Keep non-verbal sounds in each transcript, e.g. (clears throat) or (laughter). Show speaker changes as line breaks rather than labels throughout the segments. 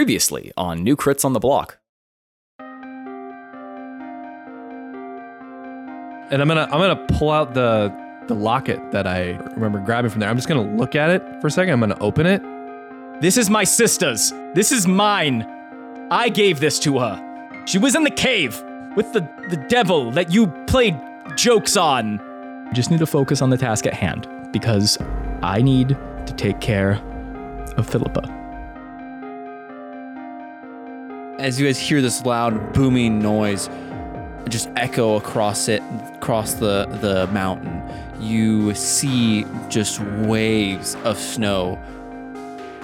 Previously on New Crits on the Block.
and I'm gonna I'm gonna pull out the the locket that I remember grabbing from there. I'm just gonna look at it for a second. I'm gonna open it.
This is my sister's. This is mine. I gave this to her. She was in the cave with the, the devil that you played jokes on. Just need to focus on the task at hand because I need to take care of Philippa.
as you guys hear this loud booming noise just echo across it across the the mountain you see just waves of snow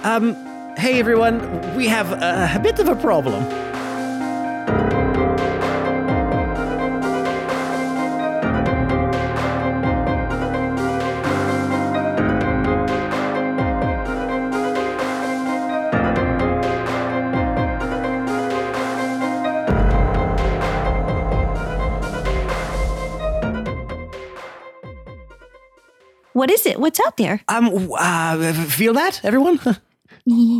Um, hey everyone, we have a, a bit of a problem.
What is it? What's out there?
Um, w- uh, feel that, everyone? (laughs)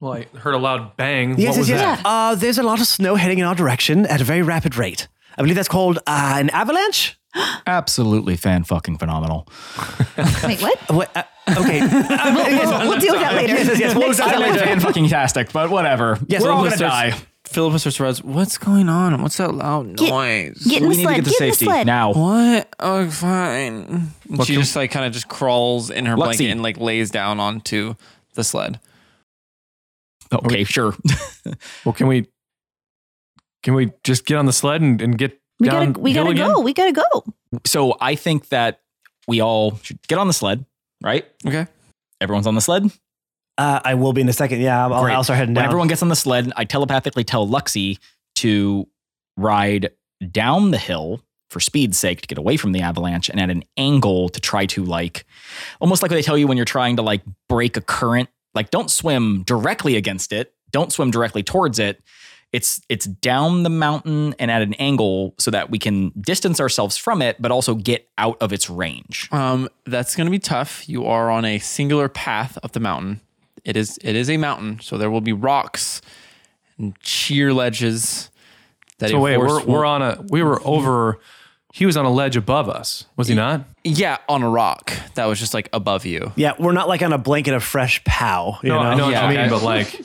Well, I heard a loud bang.
yes,
what was
yes, yes.
that?
Uh, there's a lot of snow heading in our direction at a very rapid rate. I believe that's called uh, an avalanche.
Absolutely fan fucking phenomenal.
Wait, what?
What, uh, okay. (laughs) Um, yes, (laughs)
We'll deal with that later.
yes, yes, yes. What was that?
fan fucking tastic, but whatever.
Yes,
We're all gonna
almost
die.
philippa starts to realize what's going on what's that loud noise
Get in the
We need to get
sled.
to
Get in the
safety
sled.
now.
what oh fine And she just like kind of just crawls in her blanket
Lexi.
and like lays down onto the sled
Okay, sure.
Well, can we can we just get on the sled and, and get
We
down?
gotta, we
hill
gotta
again?
go. We gotta go.
(laughs) so I think that we all should get on the sled, right?
okay
Everyone's on the sled.
Uh, I will be in a second. Yeah, I'll, I'll-
Great.
I'll start heading
When
down.
everyone gets on the sled, I telepathically tell Luxy to ride down the hill for speed's sake to get away from the avalanche and at an angle to try to like almost like what they tell you when you're trying to like break a current. Like don't swim directly against it. Don't swim directly towards it. It's it's down the mountain and at an angle so that we can distance ourselves from it, but also get out of its range.
Um, that's going to be tough. You are on a singular path up the mountain. It is it is a mountain, so there will be rocks and sheer ledges. That
So
a
wait, we're,
horse
we're
will-
on a we were over. He was on a ledge above us, was he not?
yeah on a rock that was just like above you.
yeah, we're not like on a blanket of fresh pow. You
No,
know?
I know
Yeah,
what you mean,
okay.
but like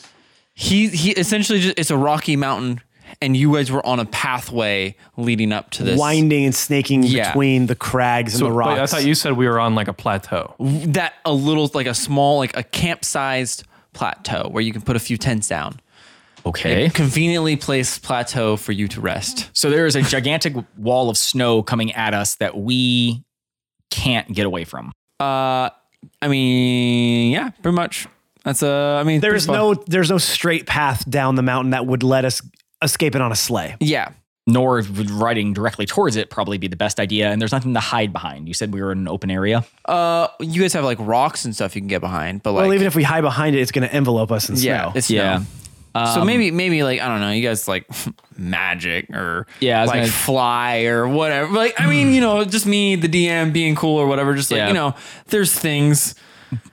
He he essentially just it's a rocky mountain, and you guys were on a pathway leading up to this
Winding and snaking
Yeah.
between the crags and
so-
the
(laughs) but
rocks.
I thought you said we were on like a plateau.
that a little like a small like a camp sized plateau where you can put a few tents down.
Okay.
Conveniently placed plateau for you to rest.
So there is a gigantic wall of snow coming at us that we can't get away from.
Uh, I mean, yeah, pretty much. That's uh, I mean,
there
pretty
is
fun.
no there's no straight path down the mountain that would let us escape it on a sleigh.
Yeah,
Nor would riding directly towards it probably be the best idea. And there's nothing to hide behind. You said we were in an open area.
uh, you guys have like rocks and stuff you can get behind, but like,
well, even if we hide behind it, it's going to envelope us in
yeah,
snow.
it's
Yeah.
yeah. so maybe, maybe like I don't know, you guys like (laughs) magic or
Yeah, I was
like
gonna-
fly or whatever. Like I mean, you know, just me, the DM being cool or whatever. Just like
Yeah.
you know, there's things,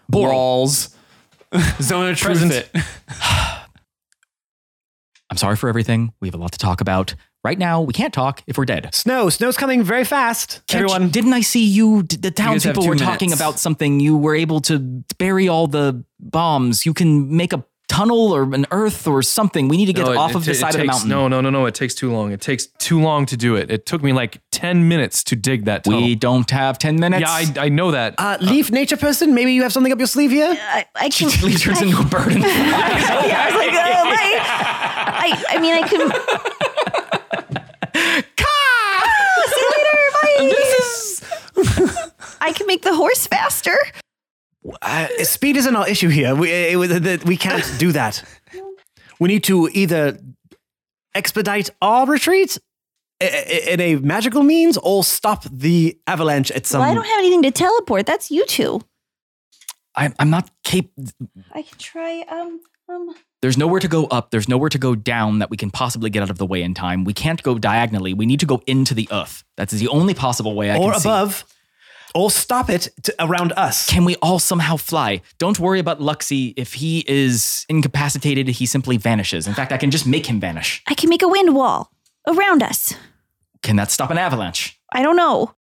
walls, (laughs) zone of truth.
Present.
It.
I'm sorry for everything. We have a lot to talk about. Right now, we can't talk if we're dead.
Snow, snow's coming very fast.
Catch-
Everyone,
didn't I see you? d- The town
guys have
people
two
were talking
minutes.
about something. You were able to bury all the bombs. You can make a tunnel or an earth or something. We need to get
No, it-
off
it
of the
ta- it
side of the
takes-
mountain.
No, no, no, no. It takes too long. It takes too long to do it. It took me like 10 minutes to dig that tunnel.
We don't have 10 minutes.
yeah,
(laughs)
I, I know that.
uh, leaf nature person, maybe you have something up your sleeve here.
I, (laughs) I can.
Lee turns (laughs) into a bird and
yeah, I was like, oh, wait. I, I mean, I can. See you later. Bye. I can make the horse faster.
Uh, speed isn't our issue here. We, it, was- that we can't do that. We need to either expedite our retreat i- i- in a magical means or stop the avalanche at some
well, I don't have anything to teleport. That's you two.
I'm, I'm not cap.
I can try. Um, um.
There's nowhere to go up. There's nowhere to go down that we can possibly get out of the way in time. We can't go diagonally. We need to go into the earth. That's the only possible way I
or
can see.
above or stop it to, around us.
Can we all somehow fly? Don't worry about Luxie. If he is incapacitated, he simply vanishes. In fact, I can just make him vanish.
I can make a wind wall around us.
Can that stop an avalanche?
I don't know.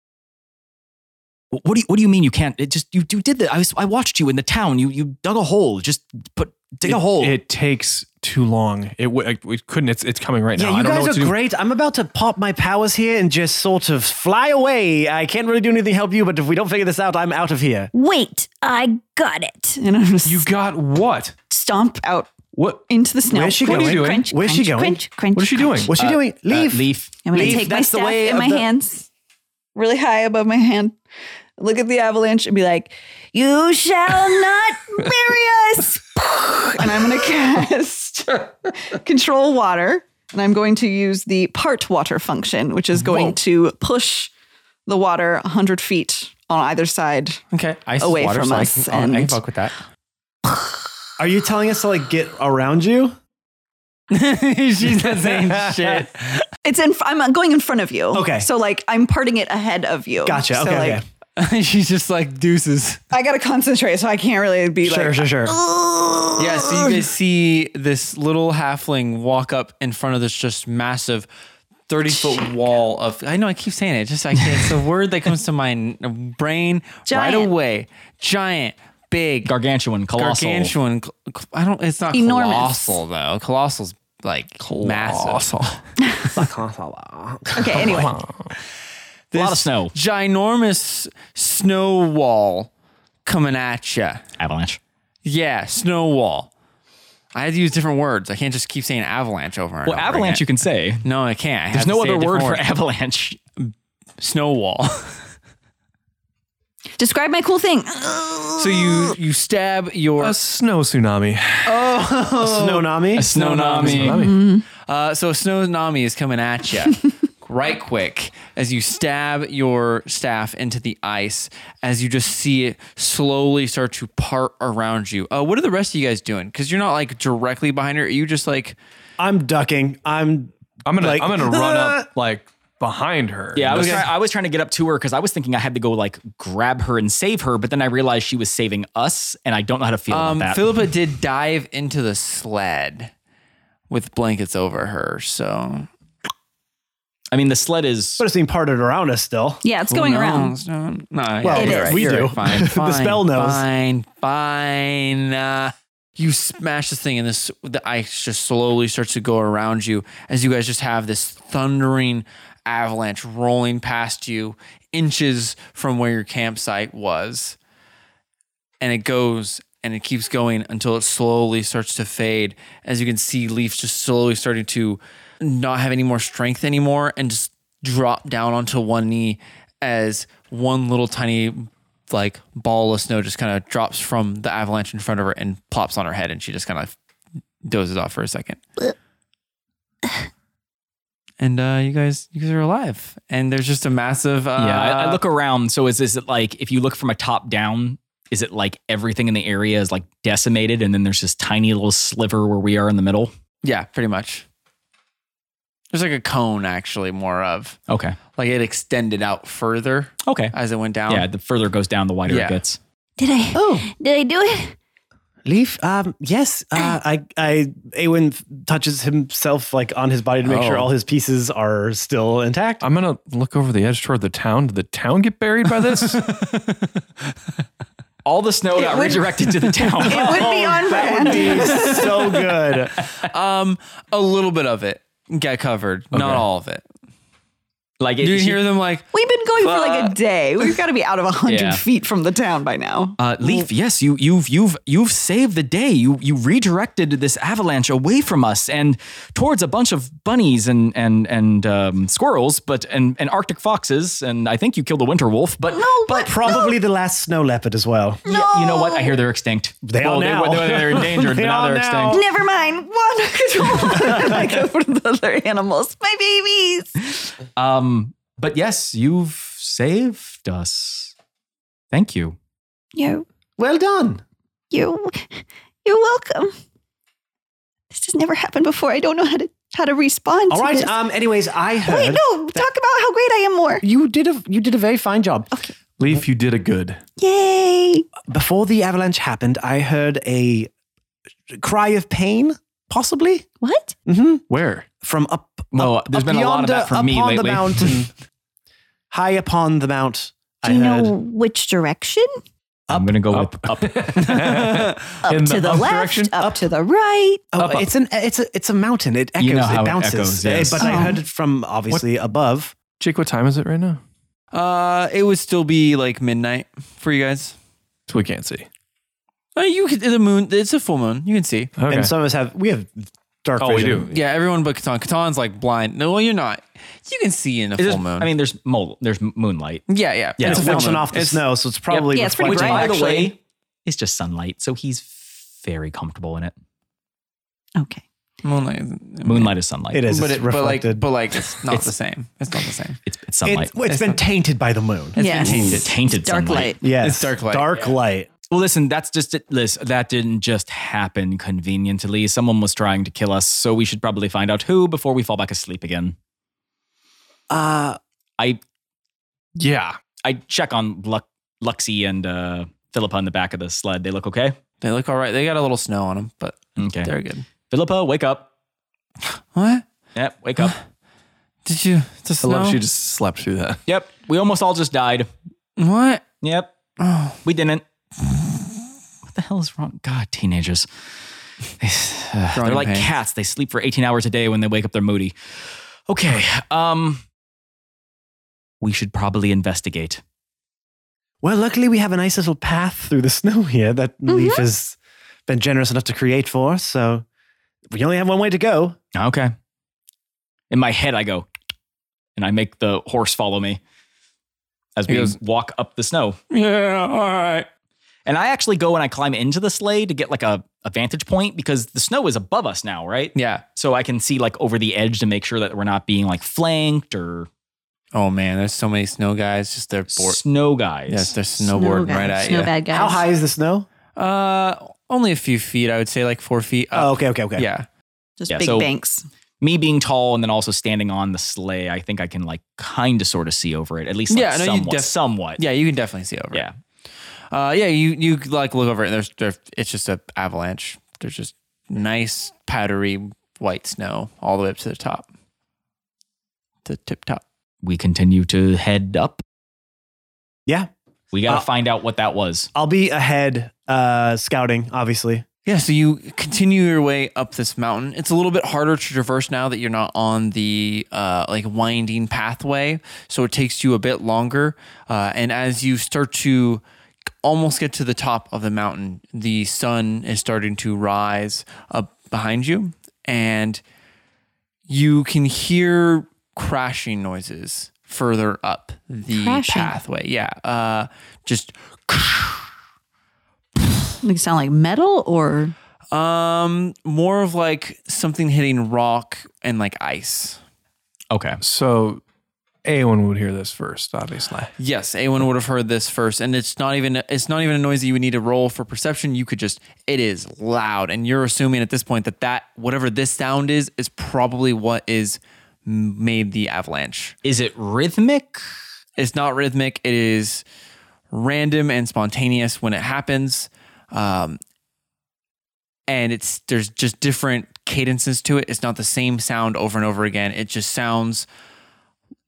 Wh- What do you, what do you mean you can't? It just you, you did that. I, was, I watched you in the town. You you dug a hole. Just put dig a hole.
It takes too long. It w- like, we couldn't. It's it's coming right
Yeah,
now. I
you
don't know what
guys
to
are
do.
great. I'm about to pop my powers here and just sort of fly away. I can't really do anything to help you, but if we don't figure this out, I'm out of here.
Wait, I got it. And I'm just
You got what?
stomp out
What?
into the snow.
Where's she
Crunch,
going?
crunch, Crunch,
Where's she
crunch,
going?
Crunch, crunch,
What is she doing?
crunch.
What's she doing? Leave.
Uh, leaf.
I'm going to
Leaf,
take my
that's the
staff
way
in
of
my
the-
hands, really high above my hand. Look at the avalanche and be like, "You shall (laughs) not bury us." and
(laughs)
I'm going to cast control water, and I'm going to use the part water function, which is going to push the water 100 feet on either side.
Okay. Ice is
Away
water,
from
so I
us
can- I can, I can
and-
fuck with that.
Are you telling us to like get around you?
(laughs) She's not saying shit.
It's in. I'm going in front of you.
Okay.
So like I'm parting it ahead of you.
Gotcha.
So
okay.
like,
okay.
She's just like deuces.
I gotta concentrate, so I can't really be
Sure.
like.
sure. Sure.
Yeah,
Uh.
so you guys see this little halfling walk up in front of this just massive 30 foot wall of. I know I keep saying it, just I can't.
(laughs)
It's the word that comes to my n- brain
Giant.
right away. Giant, big,
Gargantuan, colossal.
gargantuan. cl- cl- I don't, it's not
Enormous.
colossal though. Colossal's like massive.
Awesome.
Okay. Anyway.
A lot of snow.
Ginormous snow wall coming at you.
Avalanche.
Yeah, snow wall. I had to use different words. I can't just keep saying avalanche over and
Well,
over
avalanche
again.
you can say.
No, I can't. I have
There's
to
no
say a
other word
different
for avalanche.
snow wall.
Describe my cool thing.
(laughs) so you you stab your
A snow tsunami.
Oh.
Snownami.
Snownomi.
Tsunami.
uh, so snow nami is coming at you right quick as you stab your staff into the ice as you just see it slowly start to part around you. Uh, what are the rest of you guys doing? Because you're not like directly behind her. Are you just like
I'm ducking. I'm.
I'm gonna
Like-
I'm gonna run up like behind her.
(laughs) Yeah, I was,
Just-
try- I was trying to get up to her because I was thinking I had to go like grab her and save her, but then I realized she was saving us, and I don't know how to feel
um,
about that.
Philippa did dive into the sled with blankets over her. So
I mean, the sled is
But it's being parted around us still.
Yeah, it's going
no,
around.
it's not- No, yeah,
Well,
It
you're
is.
right,
we
you're
do.
right. Fine,
(laughs) The
fine,
spell knows.
Fine, fine. Uh, you smash this thing, and this the ice just slowly starts to go around you as you guys just have this thundering avalanche rolling past you, inches from where your campsite was, and it goes. And it keeps going until it slowly starts to fade. As you can see, Leaf just slowly starting to not have any more strength anymore and just drop down onto one knee as one little tiny like ball of snow just kind of drops from the avalanche in front of her and plops on her head and she just kind of dozes off for
(sighs)
a second and uh you guys you guys are alive and there's just a massive uh,
yeah. I, I look around. So is is it like if you look from a top down? Is it like everything in the area is like decimated, and then there's this tiny little sliver where we are in the middle?
yeah pretty much there's like a cone actually more of
Okay,
like it extended out further
okay.
as it went down
Yeah, the further it goes down, the wider
Yeah.
it gets.
Did I?
Oh.
Did I do it?
Leaf. Um. Yes.
(clears throat)
Uh. I. I. Awen f- touches himself like on his body to make sure
Oh.
all his pieces are still intact.
(laughs) I'm gonna look over the edge toward the town. Did the town get buried by this?
All the snow got
would-
redirected (laughs) to the town.
It would
Oh,
be on brand.
He's so good.
um a little bit of it got covered not all of it
like it,
you hear them like
We've been going for like a day. We've got to be out of hundred
Yeah.
feet from the town by now.
Uh, Leaf, yes, you, you've you've you've saved the day. You you redirected this avalanche away from us and towards a bunch of bunnies and and and um, squirrels, but and and Arctic foxes, and I think you killed a winter wolf. But no, but
Probably the last snow leopard as well.
Yeah, you know what? I hear they're extinct.
They are
Well,
now.
They, were- they, are
(laughs)
endangered,
They
but now
are
they're
now.
extinct.
Never mind. (laughs) Water control. (laughs) And I go for the other animals. My babies.
Um, but yes, you've saved us. Thank you.
You.
Well done.
You. You're welcome. This has never happened before. I don't know how to how to respond.
All
to
right.
this.
Um. Anyways, I heard
Wait, no. Talk about how great I am more.
you did a you did a very fine job.
Okay.
Leaf, you did a good.
Yay!
Before the avalanche happened, I heard a cry of pain, possibly
What?
mm-hmm.
Where?
from up.
No,
up,
there's
up
been a lot of
yonder,
that from me
upon
lately. Mm-hmm.
The mountain, (laughs) high upon the mount.
Do
I
you
heard.
know which direction?
(laughs) I'm gonna go
Up.
with up.
Up
In
to
the
the,
up
left,
direction?
up, to the right.
Oh,
Up, up.
it's an it's a it's a mountain. It echoes.
You know how
it
it
bounces. Eh,
echoes, yes.
But I
Oh.
heard it from obviously above.
Jake, what time is it right now?
Uh, it would still be like midnight for you guys.
So we can't see.
Uh, you could the moon. It's a full moon. You can see.
Okay.
And some of us have we have dark
oh, we
vision.
do.
Yeah, everyone but Catan. Catan's like blind. No, well, you're not. You can see in a
There's-
full moon.
I mean, there's mole, there's moonlight,
yeah, yeah.
Yeah.
And
It's
it's
a
full
bouncing
moon.
off the
It's-
snow, so it's probably
Yeah, it's pretty
which,
reflecting.
by
bright.
the
actually.
way, is just sunlight. So he's very comfortable in it.
Okay.
Moonlight. isn't-
Moonlight is sunlight.
It is.
But
it's
it, but like,
reflected.
but like, it's not the same. It's not the same.
It's, it's sunlight.
It's- it's been tainted by the moon.
It's
yes.
been
tainted. Tainted
Dark
sunlight.
light.
Yes.
It's dark light,
Dark
yeah.
light.
Well, listen, that's just it. Listen, that didn't just happen conveniently. Someone was trying to kill us, so we should probably find out who before we fall back asleep again.
Uh,
I
Yeah.
I check on Lux, Luxy and uh, Philippa on the back of the sled. They look okay.
They look all right. They got a little snow on them, but
Okay.
they're good.
Philippa, wake up.
What?
Yep, wake
(sighs)
up.
Did you? The
I
snow?
love she just slept through that.
yep, we almost all just died.
What?
Yep,
Oh,
we didn't. What the hell is wrong? God, teenagers. uh, They're
Growing
like
pains.
cats. They sleep for 18 hours a day. When they wake up, they're moody. Okay. Um, we should probably investigate.
well, luckily we have a nice little path through the (laughs) snow here that
Mm-hmm.
Leaf has been generous enough to create for us. So we only have one way to go.
Okay. In my head, I go, and I make the horse follow me as
He
we
goes-
walk up the snow.
yeah. All right.
And I actually go and I climb into the sleigh to get like a, a vantage point because the snow is above us now, right?
Yeah.
So I can see like over the edge to make sure that we're not being like flanked or
Oh man, there's so many snow guys. Just they're bored.
snow guys.
Yes, they're snowboarding
guy-
right at
snow bad guys.
How high is the snow?
you. Uh, only a few feet. I would say like four feet.
Oh,
Up.
okay, okay, okay.
Yeah.
Just
Yeah,
big
so-
banks.
Me being tall and then also standing on the sleigh, I think I can like kind of sort of see over it. At least like,
Yeah, no, you
somewhat.
def-
somewhat.
Yeah, you can definitely see over. it.
Yeah.
Uh, yeah, you you like look over it and there's there, it's just a avalanche. There's just nice powdery white snow all the way up to the top, the tip top.
We continue to head up.
Yeah.
We got to
Uh,
find out what that was.
I'll be ahead uh, scouting, obviously.
Yeah, so you continue your way up this mountain. It's a little bit harder to traverse now that you're not on the uh, like winding pathway, so it takes you a bit longer. Uh, and as you start to almost get to the top of the mountain, the sun is starting to rise up behind you, and you can hear crashing noises further up the
Crashing?
pathway. Yeah, uh, just
Like sound like metal or
Um, more of like something hitting rock and like ice.
Okay.
So anyone would hear this first, obviously.
Yes, anyone would have heard this first, and it's not even it's not even a noise that you would need to roll for perception. You could just it is loud, and you're assuming at this point that that whatever this sound is is probably what is m- made the avalanche.
Is it rhythmic?
It's not rhythmic. It is random and spontaneous when it happens. Um, and it's there's just different cadences to it. It's not the same sound over and over again. It just sounds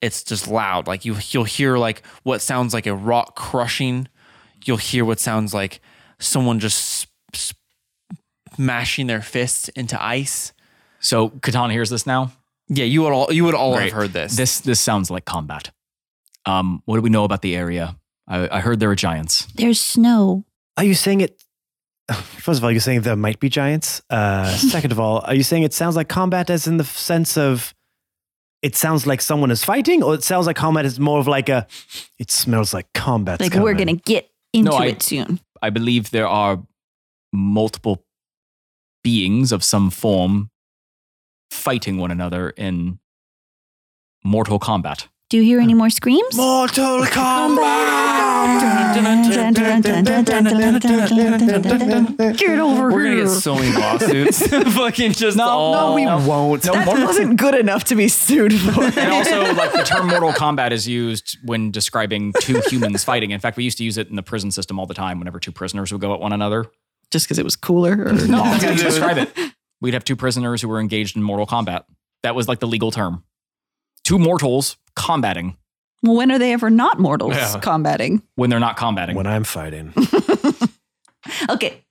it's just loud. Like you you'll hear like what sounds like a rock crushing. You'll hear what sounds like someone just s- smashing their fists into ice.
So Catan hears this now.
Yeah, you would all you would all
Right.
have heard this.
This this sounds like combat. Um, what do we know about the area? I, I heard there are giants.
there's snow.
Are you saying it? (sighs) First of all, you're saying there might be giants.
(laughs)
Uh, second of all, are you saying it sounds like combat as in the f- sense of it sounds like someone is fighting, or it sounds like combat is more of like a it smells like combat?
like
(laughs)
we're gonna get into
No, I-
it soon.
I believe there are multiple beings of some form fighting one another in mortal combat.
(laughs) Do you hear any more screams?
Mortal Kombat!
Get over
We're gonna
here.
get
(laughs)
so many lawsuits. Fucking just
No, no,
all.
we
won't.
that wasn't good enough to be sued for. (laughs)
and also, like the term "Mortal Kombat" is used when describing (laughs) two humans fighting. In fact, we used to use it in the prison system all the time. Whenever two prisoners would go at one another,
Just because it was cooler.
(laughs)
Or
no, that's how you describe it. We'd have two prisoners who were engaged in Mortal Kombat. That was like the legal term. Two mortals combating
Well, when are they ever not mortals
Yeah.
combating?
when they're not combating.
When I'm fighting.
Okay.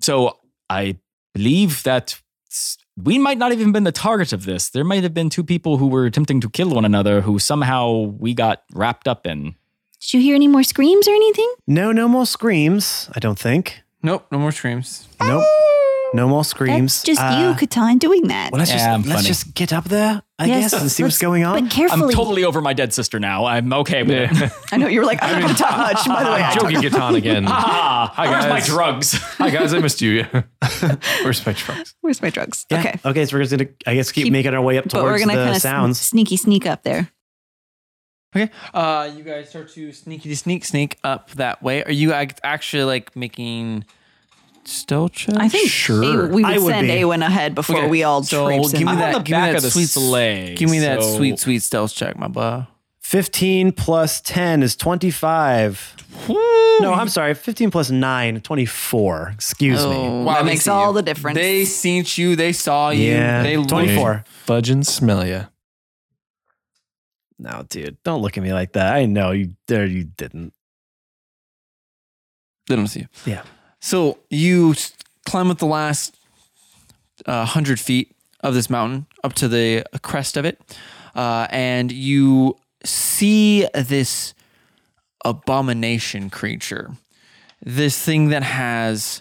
So I believe that s- we might not even been the target of this. There might have been two people who were attempting to kill one another who somehow we got wrapped up in.
Did you hear any more screams or anything?
No, no more screams. I don't think.
Nope, no more screams.
Nope. No more screams.
That's just
Uh,
you, Catan, doing that.
Well, let's just
Yeah, I'm
let's
funny.
just get up there, I
Yes,
guess, and see what's
let's-
going on.
but carefully.
I'm totally over my dead sister now. I'm okay with (laughs) it.
I know you were like, I'm not going to touch. By the way, I
I'm joking, Gaton (laughs) again.
Ah,
Hi,
where's my
guys.
(laughs)
drugs?
Hi guys, I missed you. (laughs) Where's my trucks?
where's my drugs?
Yeah.
Okay.
Okay, so we're just gonna, I guess, keep,
Keep-
making our way up
But we're
towards
going to
the
kind of
sounds.
sneaky sneak up there.
Okay. Uh, you guys start to sneaky sneak sneak up that way. Are you ac- actually like making stealth checks?
I think
Sure.
A- we would,
I would
send
be.
Awen ahead before
Okay,
we all
so
traipse
give
in.
me
I'm
that-
on
on the back of the
that sweet-
sleigh.
Give me that
so-
sweet, sweet stealth check, my buh.
Fifteen plus ten is twenty-five. No, I'm sorry. Fifteen plus nine, 24. Excuse me.
That
they
makes
see
all
you.
the difference.
They seen you. They saw Oh, you.
Yeah,
They looked-
twenty-four.
Fudge and smell ya.
No, dude, don't look at me like that. I know you. There, you didn't.
They don't see you.
Yeah.
So you s- climb up the last uh, hundred feet of this mountain up to the crest of it, uh, and you see this abomination creature. This thing that has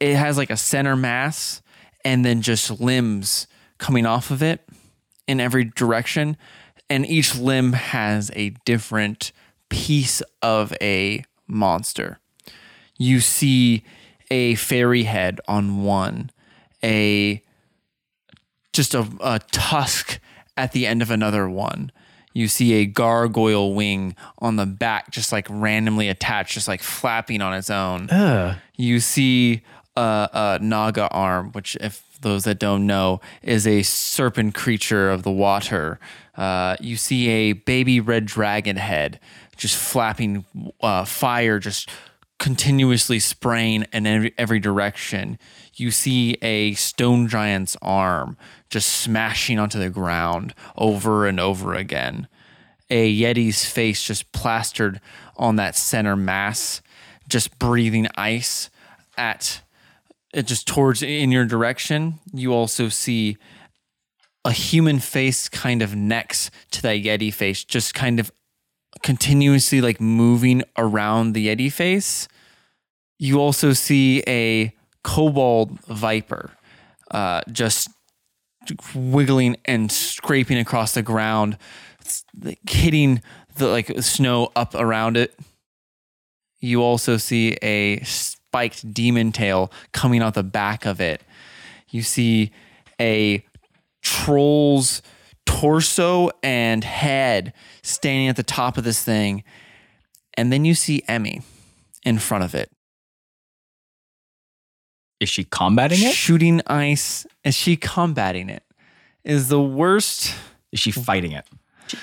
it has like a center mass and then just limbs coming off of it in every direction, and each limb has a different piece of a monster you see a fairy head on one, a just a, a tusk at the end of another one. You see a gargoyle wing on the back, just like randomly attached, just like flapping on its own. You see a, a naga arm, which, if those that don't know, is a serpent creature of the water. Uh, you see a baby red dragon head just flapping uh, fire, just continuously spraying in every, every direction. You see a stone giant's arm just smashing onto the ground over and over again. A Yeti's face just plastered on that center mass, just breathing ice at it just towards in your direction. You also see a human face kind of next to that Yeti face, just kind of continuously like moving around the Yeti face. You also see a kobold viper uh, just wiggling and scraping across the ground, s- like, hitting the like snow up around it. You also see a spiked demon tail coming out the back of it. You see a troll's torso and head standing at the top of this thing. And then you see Emmy in front of it,
Is she combating it?
shooting ice. Is she combating it? Is the worst.
Is she fighting it?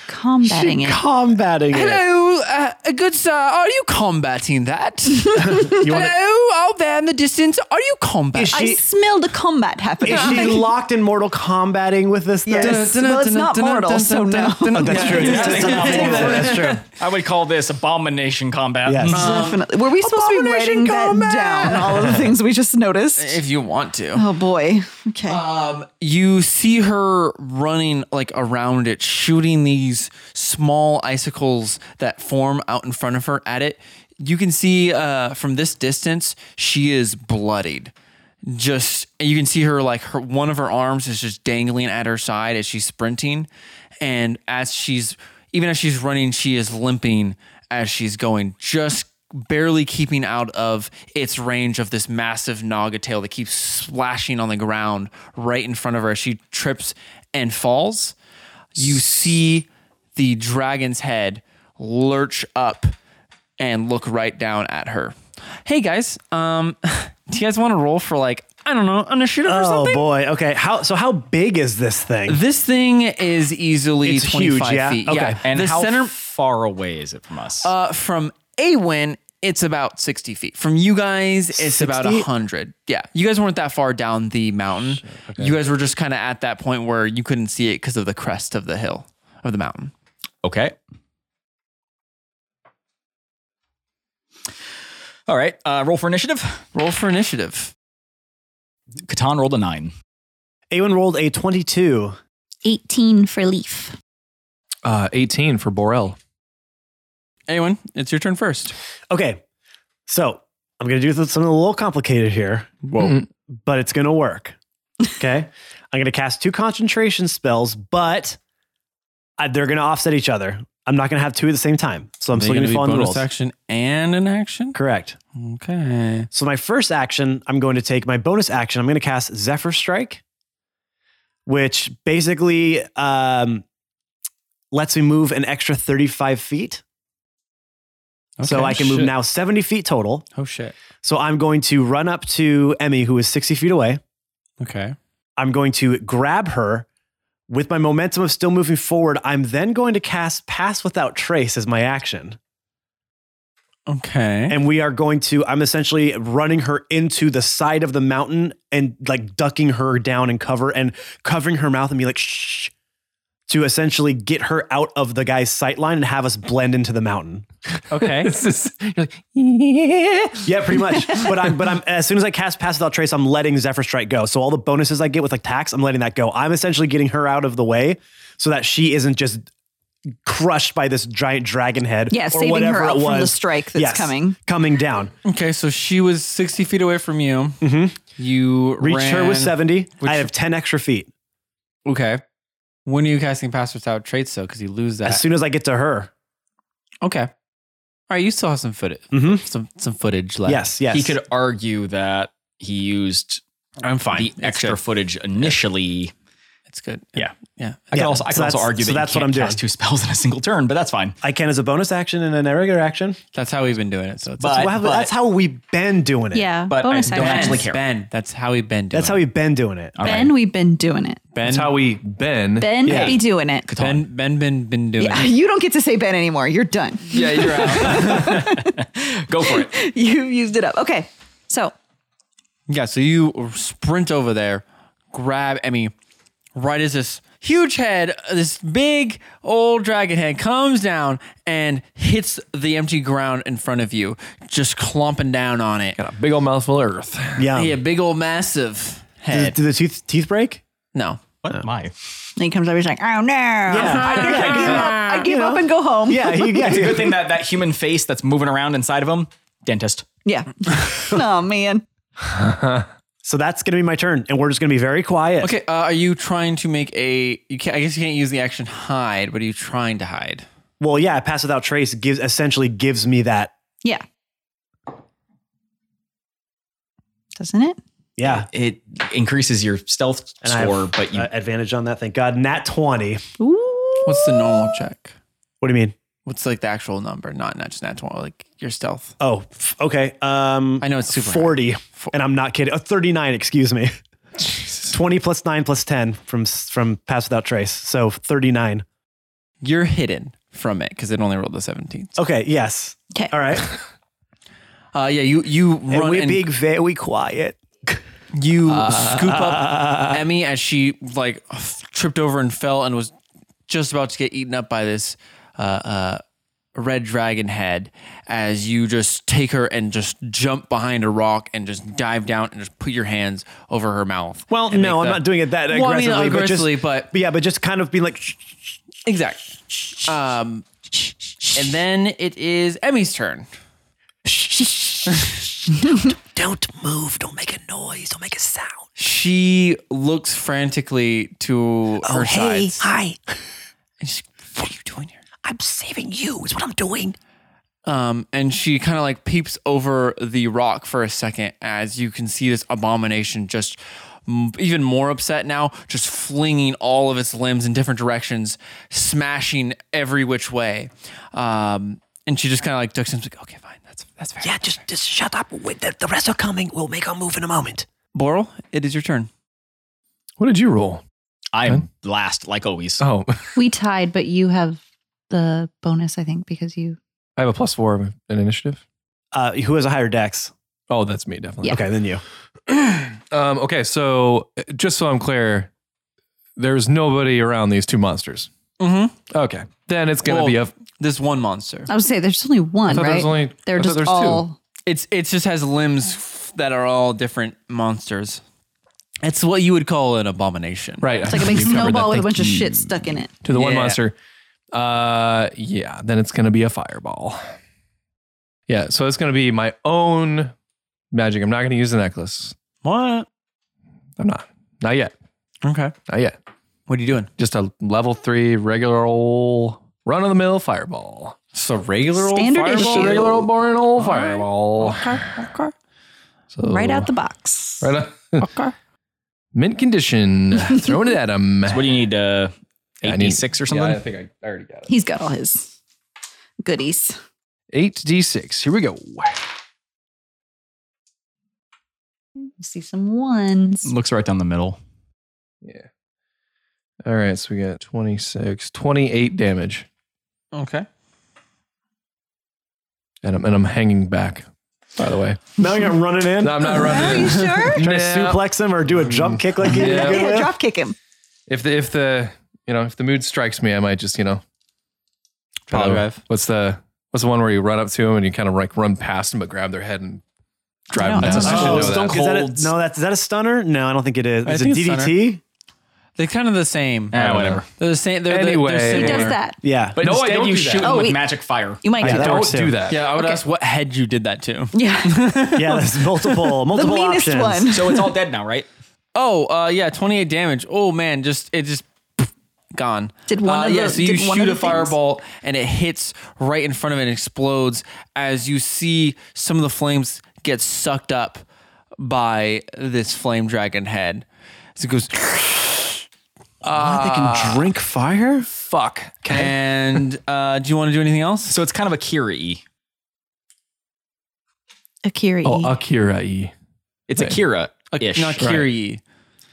combating it.
Combating it.
Hello, uh, a good sir. Are you combating that?
(laughs) You wanna-
Hello, out there in the distance. Are you combating?
Is
I smelled the combat happening.
Is she locked in Mortal Kombating with this thing?
Yes. Well, it's not mortal, so no.
Oh, that's true. It's just not
(laughs)
mortal. That's true.
I would call this abomination combat.
Yes.
(laughs) Definitely. Were we supposed to be
Abomination
writing
combat!
that down? All of the things we just noticed.
If you want to.
Oh boy. Okay.
Um, you see her running like around it, shooting these small icicles that form out in front of her at it. You can see uh, from this distance, she is bloodied. Just and you can see her like her one of her arms is just dangling at her side as she's sprinting, and as she's even as she's running, she is limping as she's going, just barely keeping out of its range of this massive naga tail that keeps splashing on the ground right in front of her as she trips and falls. You see the dragon's head lurch up and look right down at her. Hey guys, um, (laughs) do you guys want to roll for like I don't know initiative or
Oh
something?
boy. Okay. How so? How big is this thing?
This thing is easily
It's huge,
25
yeah?
feet.
Okay.
Yeah,
And
the
how
center
far away is it from us?
uh, from Awen, it's about 60 feet. From you guys, it's about
60?
100. Yeah. You guys weren't that far down the mountain. You guys were just kind of at that point where you couldn't see it because of the crest of the hill, of the mountain.
Okay. All right. Uh, roll for initiative.
Roll for initiative.
Catan rolled a nine.
Awen rolled a twenty-two.
18 for Leaf.
Uh, 18 for Borel.
Awen, it's your turn first.
Okay. So I'm gonna do something a little complicated here.
Whoa.
but it's going to work. Okay. (laughs) I'm going to cast two concentration spells, but I, they're going to offset each other. I'm not going to have two at the same time. So I'm still going to be following the
bonus
rules.
action and an action.
Correct.
Okay.
So my first action, I'm going to take my bonus action. I'm going to cast Zephyr Strike, which basically um, lets me move an extra 35 feet. so
Okay.
I can move
shit.
now 70 feet total.
Oh, shit.
So I'm going to run up to Emmy, who is 60 feet away.
Okay.
I'm going to grab her with my momentum of still moving forward. I'm then going to cast Pass Without Trace as my action.
Okay.
And we are going to, I'm essentially running her into the side of the mountain and like ducking her down and cover and covering her mouth and be like, shh, to essentially get her out of the guy's sight line and have us blend into the mountain.
(laughs)
Okay.
This is, you're like, yeah.
Yeah, pretty
(laughs)
much. but I'm, but I'm, as soon as I cast Pass Without Trace, I'm letting Zephyr Strike go. So all the bonuses I get with like tax, I'm letting that go. I'm essentially getting her out of the way so that she isn't just crushed by this giant dragon head
Yeah,
or
saving
whatever
her
it
out
was
from the strike that's
Yes,
coming.
coming down.
okay. So she was 60 feet away from you.
Mhm.
You
Reached her with
ran-
seventy.
which-
I have ten extra feet.
Okay. When are you casting pass without traits though? Because you lose that.
As soon as I get to her,
okay. All right, you still have some footage,
Mhm.
some some footage left.
yes, yes,
He could argue that he used
I'm fine.
the
It's
extra
good.
footage initially.
It's good.
Yeah.
yeah.
I can
Yeah,
also, I
so
can also
that's-
argue
so
that
that's
you
what
can't
I'm doing.
cast two spells in a single turn, but that's fine.
I can as a bonus action and an irregular action.
That's how we've been doing it. So it's
But-
That's how- that's how we've been doing it.
Yeah.
But I
bonus
don't
action.
actually
Ben,
care.
Ben, that's how we've been doing.
That's how
it.
we've been doing it.
All
ben,
right.
we've been doing it.
Ben,
That's how we been.
Ben
Yeah.
be doing it.
Ben, Ben, been been doing.
Yeah, (laughs)
It.
you don't get to say Ben anymore. You're done.
Yeah, you're out.
Go for it.
(laughs) you used it up. Okay. So
yeah, so you sprint over there, grab. I mean, right as this huge head, uh, this big old dragon head comes down and hits the empty ground in front of you, just clomping down on
(laughs)
it.
Got a big old mouthful of earth.
Yeah.
Yeah, big old massive
Did,
head.
did the teeth teeth break?
No.
What my?
and he comes over, he's like, oh no.
Yeah.
(laughs) I, think I give up. I give up and go home.
Yeah. He, yeah.
Good thing that that human face that's moving around inside of him, dentist.
Yeah. (laughs) oh man.
So that's gonna be my turn, and we're just gonna be very quiet.
Okay, uh, are you trying to make a? You can, I guess you can't use the action hide. What are you trying to hide?
Well, yeah, pass without trace gives essentially gives me that.
Yeah. Doesn't it?
Yeah.
It increases your stealth
And I have,
score, but you
uh, advantage on that. Thank God. Nat 20.
Ooh.
What's the normal check?
What do you mean?
What's like the actual number? Not not just natural, like your stealth.
Oh, f- okay. Um,
I know it's super high.
40. And I'm not kidding. Uh, 39, excuse me. 20 plus 9 plus 10 from s- from pass without trace. So 39.
You're hidden from it because it only rolled a 17. So,
Okay, yes.
Okay.
(laughs)
All right.
uh, yeah, you you
and
run
we
and
being very quiet. (laughs)
you scoop up Emmy as she like tripped over and fell and was just about to get eaten up by this uh, uh, red dragon head. As you just take her and just jump behind a rock and just dive down and just put your hands over her mouth.
Well,
and
no,
make
I'm
the-
not doing it that
Well, I mean,
aggressively,
not
but just-
aggressively, but
But yeah, but just kind of being like, "Shh, shh, shh."
Exactly. Um, and then it is Emmy's turn.
don't move, don't make a noise, don't make a sound.
She looks frantically to her sides.
Oh, hi.
And she's like, what are you doing here?
I'm saving you, is what I'm doing.
Um, and she kind of like peeps over the rock for a second as you can see this abomination just m- even more upset now, just flinging all of its limbs in different directions, smashing every which way. Um, And she just kind of like ducks and is like, okay, fine, that's that's fair.
Yeah, just just shut up. Wait, the, the rest are coming. We'll make our move in a moment.
Boral, it is your turn.
What did you roll?
I'm last, like always.
Oh,
We tied, but you have the bonus, I think, because you.
(laughs) I have a plus four of an initiative.
Uh, who has a higher dex?
Oh, that's me definitely.
Yeah.
Okay, then you.
um, okay, so uh, just so I'm clear, there's nobody around these two monsters.
Mm-hmm. Uh,
Okay, then it's gonna
Well,
be a. I
This one monster.
I would say there's only one,
thought
right?
there's only. I
They're
thought
just
there's
all.
It's it just has limbs f- that are all different monsters. It's what you would call an abomination.
Two. Right.
It's like a
(laughs)
big
You covered that.
snowball with a
Thank
bunch of
you.
shit stuck in it.
to the one
Yeah.
monster. Uh, yeah, then it's gonna be a fireball. Yeah, so it's gonna be my own magic. I'm not gonna use the necklace.
What?
I'm not. Not yet.
Okay.
Not yet.
What are you doing?
Just a level three regular old run of the mill fireball.
Just a regular
old Standard
Just
issue.
a regular old boring old
All right.
fireball.
Okay.
So
Right out the box.
right (laughs) out.
Okay.
mint condition. Throwing it at him.
(laughs) So what do you need? Uh,
Yeah, I need-
8d6 or something?
think I, I already got
He's got all his goodies.
Eight d six. Here we go.
You see some ones.
Looks right down the middle.
Yeah. All right, so we got 26, 28 damage,
Okay.
and I'm and I'm hanging back. By the way,
Now you're running in.
no, I'm (laughs) not running.
Are
in.
you sure?
Try to
Yeah.
suplex him or do a jump kick like you did.
Yeah.
good
Yeah,
with?
drop kick him.
If the if the you know if the mood strikes me, I might just you know. try to-
Power drive.
What's the what's the one where you run up to them and you kind of like run past them but grab their head and drive them down?
I don't
I
know.
should
Oh,
know
is
that.
that a, no, that's is that a stunner? No, I don't think it is.
I
Is it
think it's stunner.
DDT?
They're kind of the same.
Ah,
I don't
whatever.
know. They're the same. They're,
Anyway.
anyway, they're
He
similar.
does that.
Yeah.
But
No,
instead
I don't
you
you
shoot
shoot
them
Oh,
with
wait.
magic fire.
You might
Yeah,
get
that
dark.
works.
Don't do
too.
Oh, that.
Yeah, I would ask what head you did that to.
Yeah.
(laughs) yeah, there's
(laughs)
multiple multiple
meanest
options.
one.
So it's all dead now, right?
Oh, uh, yeah, 28 damage. Oh man, just it just gone.
Did one
Uh,
of
yeah,
the-
so you
did one of
shoot
the
a
things-
fireball and it hits right in front of it and explodes as you see some of the flames get sucked up by this flame dragon head. So it goes
they
Ah.
can drink fire?
fuck. And uh, do you want to do anything else?
So it's kind of a Kira.
Akiri.
Oh, Akira E.
It's a Kira ish.
Not Kiri.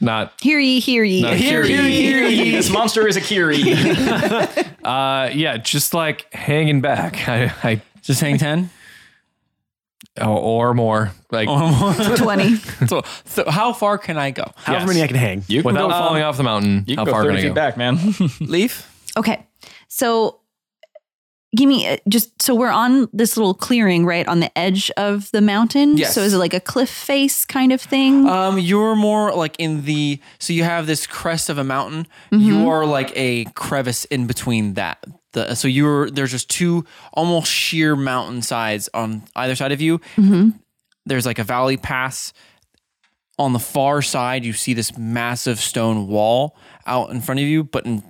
Not
hear ye, hear ye.
Not Hear ye,
hear ye.
This monster is a (laughs) Kiri.
uh yeah, just like hanging back. (laughs) I, I
(laughs) Just hang 10.
or, or more. Like
Twenty.
(laughs)
so, so how far can I go?
However many I can hang.
you can
without
go,
falling off the mountain.
you
how
can go
far can
30
I
feet
go?
back, man. (laughs)
Leaf?
Okay. So give me uh, just so we're on this little clearing right on the edge of the mountain.
Yes.
So is it like a cliff face kind of thing?
Um, you're more like in the so you have this crest of a mountain.
Mm-hmm.
You are like a crevice in between that. The, so you're there's just two almost sheer mountain sides on either side of you.
Mm-hmm.
There's like a valley pass. On the far side, you see this massive stone wall out in front of you, but in,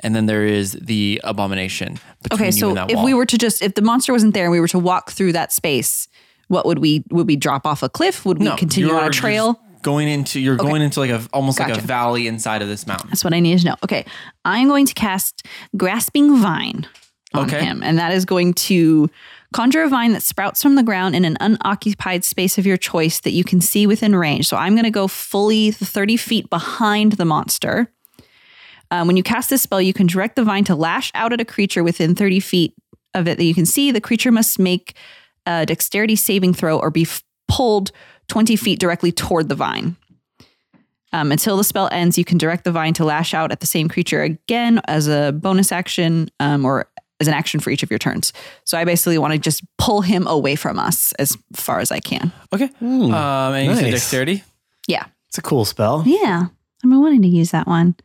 and then there is the abomination between
okay.
you
So
and that
if
wall.
we were to just if the monster wasn't there and we were to walk through that space, what would we would we drop off a cliff? Would we continue
you're
on a
just
trail?
going into you're going into like a almost like
Gotcha.
a valley inside of this mountain.
That's what I need to know. Okay. I'm going to cast Grasping Vine on
Okay.
him. And that is going to conjure a vine that sprouts from the ground in an unoccupied space of your choice that you can see within range. So I'm going to go fully 30 feet behind the monster. Um, when you cast this spell, you can direct the vine to lash out at a creature within 30 feet of it that you can see. The creature must make a dexterity saving throw or be f- pulled 20 feet directly toward the vine. Um, until the spell ends, you can direct the vine to lash out at the same creature again as a bonus action um, or as an action for each of your turns. So I basically want to just pull him away from us as far as I can.
Okay. um, and you said
nice.
dexterity.
Yeah.
It's a cool spell.
Yeah. I've been wanting to use that one.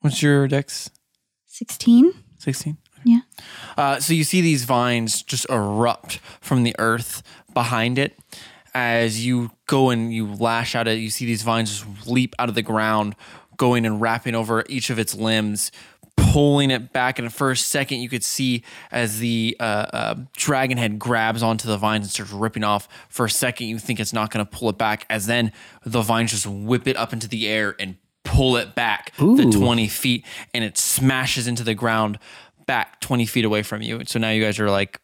What's your dex?
16.
16?
Yeah.
Uh, so you see these vines just erupt from the earth behind it. As you go and you lash out at it, you see these vines just leap out of the ground, going and wrapping over each of its limbs, pulling it back. And for a second, you could see as the uh, uh, dragon head grabs onto the vines and starts ripping off. For a second, you think it's not going to pull it back, as then the vines just whip it up into the air and pull it back the 20 feet and it smashes into the ground back 20 feet away from you. So now you guys are like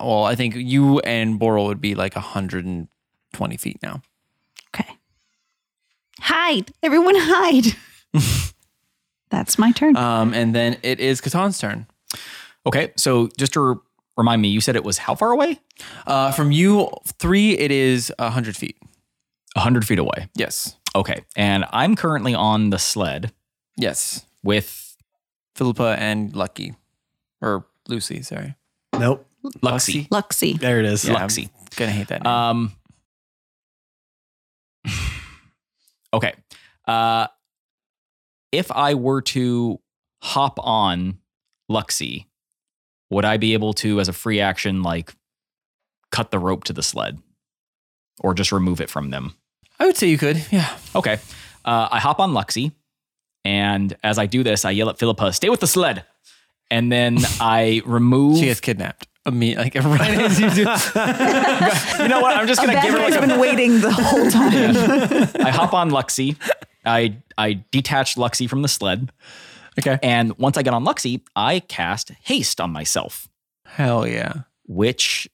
well, I think you and Boral would be like 120 feet now.
Okay. Hide. Everyone hide. (laughs) That's my turn.
Um, and then it is Katan's turn.
Okay, so just to r- remind me, you said it was how far away?
Uh, from you three, it is 100 feet.
100 feet away.
Yes.
Okay, and I'm currently on the sled
Yes.
with
Philippa and Lucky. Or Lucy, sorry.
Nope.
Luxie.
Luxie.
There it is.
Yeah, I'm
Luxie.
Gonna hate that name.
Um, (sighs) okay. Uh, if I were to hop on Luxie, would I be able to, as a free action, like cut the rope to the sled or just remove it from them?
I would say you could. Yeah.
Okay. Uh, I hop on Luxie. And as I do this, I yell at Philippa, stay with the sled. And then I remove.
She gets kidnapped. I mean,
(laughs)
like right as you do.
you know what? I'm just going to give her like a
I've been waiting
(laughs)
the whole
(laughs)
time.
I hop on Luxie. I I detach Luxie from the sled.
Okay.
And once I get on Luxie, I cast haste on myself,
Hell yeah.
which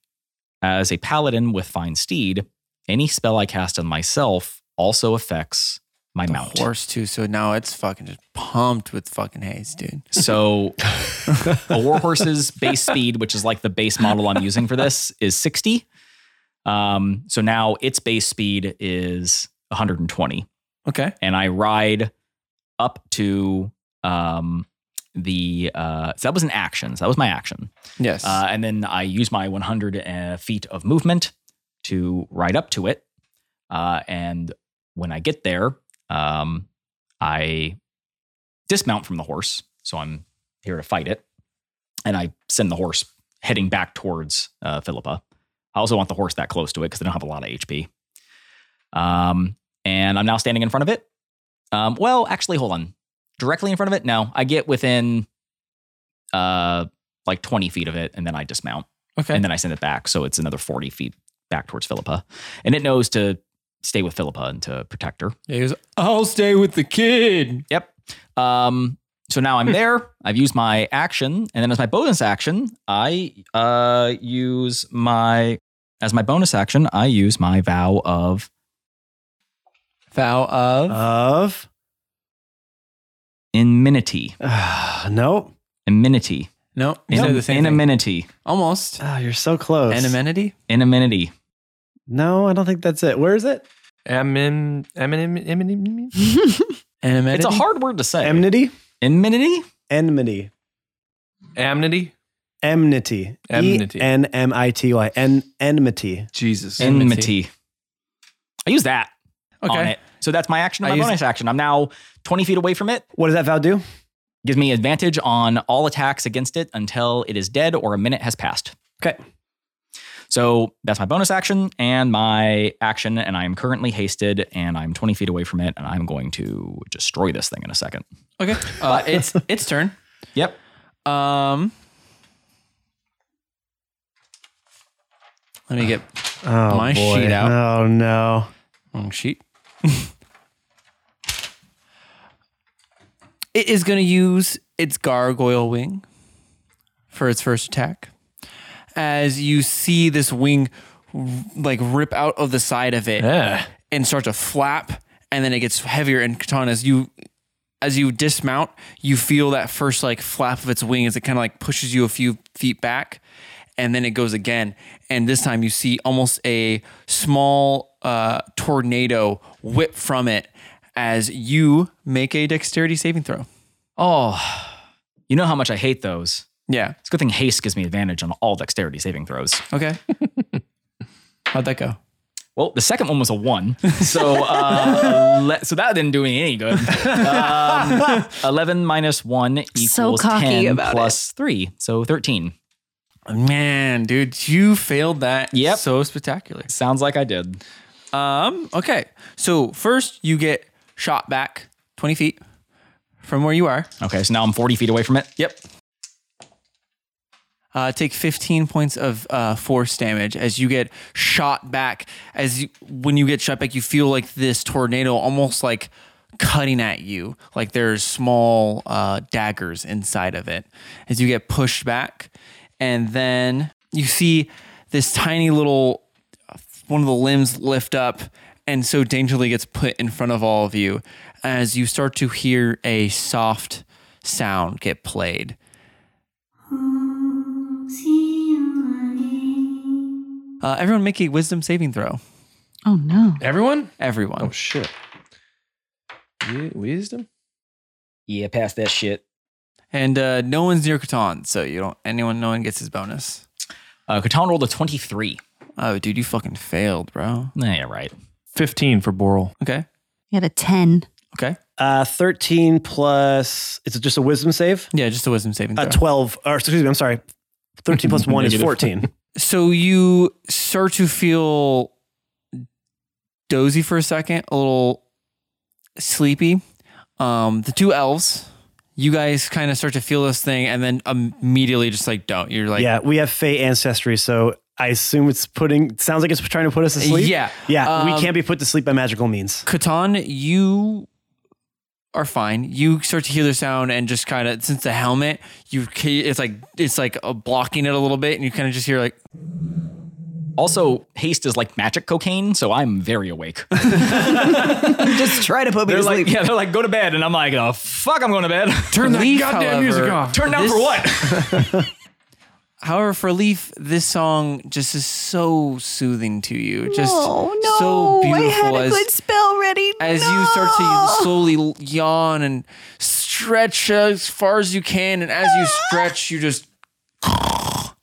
as a paladin with fine steed, any spell I cast on myself also affects my
The
mount.
horse too. So now it's fucking just pumped with fucking haze, dude.
So a warhorse's base speed, which is like the base model I'm using for this, is 60. Um, so now its base speed is 120.
Okay.
and I ride up to um the uh so that was an action. So that was my action.
Yes.
Uh and then I use my 100 uh, feet of movement to ride up to it. Uh and when I get there, um I dismount from the horse. So I'm here to fight it. And I send the horse heading back towards uh Philippa. I also want the horse that close to it because they don't have a lot of HP. Um and I'm now standing in front of it. Um, well, actually, hold on. Directly in front of it? No, I get within uh, like 20 feet of it, and then I dismount,
okay.
and then I send it back. So it's another 40 feet back towards Philippa, and it knows to stay with Philippa and to protect her.
Yeah, he goes, I'll stay with the kid.
Yep. Um, so now
(laughs)
I'm there. I've used my action, and then as my bonus action, I uh, use my as my bonus action. I use my vow of
Vow of.
Of
immunity.
uh, nope.
Immunity.
no. You said the same thing.
Iniminity.
Almost.
Ah, you're so close.
An amenity.
Iniminity.
no, I don't think that's it. Where is it?
Am in, am in, am in, am in.
An amenity.
It's a hard word to say.
Enmity.
Enmity?
Enmity.
Amity?
Enmity.
Enmity.
E N M I T Y. En enmity.
Jesus.
Enmity. I use that
Okay.
on it. So that's my action and my
I use-
bonus action. I'm now 20 feet away from it.
What does that vow do?
Gives me advantage on all attacks against it until it is dead or a minute has passed.
Okay.
So that's my bonus action and my action. And I am currently hasted and I'm 20 feet away from it. And I'm going to destroy this thing in a second.
(laughs) Okay. Uh, it's its turn.
Yep.
Um. Let me get
Oh,
My
boy.
sheet out.
Oh no.
wrong sheet. (laughs) it is going to use its gargoyle wing for its first attack. As you see this wing r- like rip out of the side of it
Yeah.
and start to flap, and then it gets heavier. And Katana, as you as you dismount, you feel that first like flap of its wing as it kind of like pushes you a few feet back, and then it goes again. And this time you see almost a small uh, tornado whip from it as you make a dexterity saving throw.
Oh, you know how much I hate those.
Yeah.
It's a good thing haste gives me advantage on all dexterity saving throws.
Okay. (laughs) How'd that go?
Well, the second one was a (laughs) one, so uh, ele- so that didn't do me any good. Um, Eleven minus one equals
cocky
ten
about
plus three, so thirteen.
Man, dude, you failed that
Yep.
so spectacular.
Sounds like I did.
Um. Okay. So first, you get shot back twenty feet from where you are.
Okay, so now I'm forty feet away from it.
Yep. Uh, take fifteen points of uh, force damage as you get shot back. As you, when you get shot back, you feel like this tornado almost like cutting at you. Like there's small uh, daggers inside of it. As you get pushed back, and then you see this tiny little one of the limbs lift up and so daintily gets put in front of all of you as you start to hear a soft sound get played. Uh, everyone make a wisdom saving throw.
Oh no.
Everyone?
Everyone.
Oh shit. Yeah, wisdom?
Yeah, pass that shit.
and uh, no one's near Catan, so you don't anyone no one gets his bonus.
Uh, Catan rolled a 23.
Oh dude, you fucking failed, bro.
Nah, yeah, right.
15 for Boral.
Okay.
You got a 10.
Okay.
Uh, 13 plus, is it just a wisdom save?
Yeah, just a wisdom saving throw.
Uh, 12, or excuse me, I'm sorry.
(laughs)
13 plus 1 is
Negative.
14.
so you start to feel dozy for a second, a little sleepy. Um, the two elves, you guys kind of start to feel this thing, and then immediately just like don't. You're like,
yeah, we have Fey ancestry, so I assume it's putting, sounds like it's trying to put us to sleep.
yeah,
Yeah, we
Um,
can't be put to sleep by magical means.
Catan, you are fine. You start to hear the sound and just kind of since the helmet, you ca- it's like it's like uh, blocking it a little bit, and you kind of just hear like
Also, haste is like magic cocaine, so I'm very awake.
Just try to put
(laughs)
me
They're
to
like,
sleep.
yeah, they're like, go to bed. And I'm like, oh, fuck, I'm going to (laughs) bed.
Turn that
Leaf,
goddamn music
however-
off.
Turn down for
This-
(laughs) what?
However, for Leaf, this song just is so soothing to you. Just
oh no!
so beautiful
I had a
as,
good spell ready.
as you start to slowly l- yawn and stretch as far as you can. And as
Ah.
you stretch, you just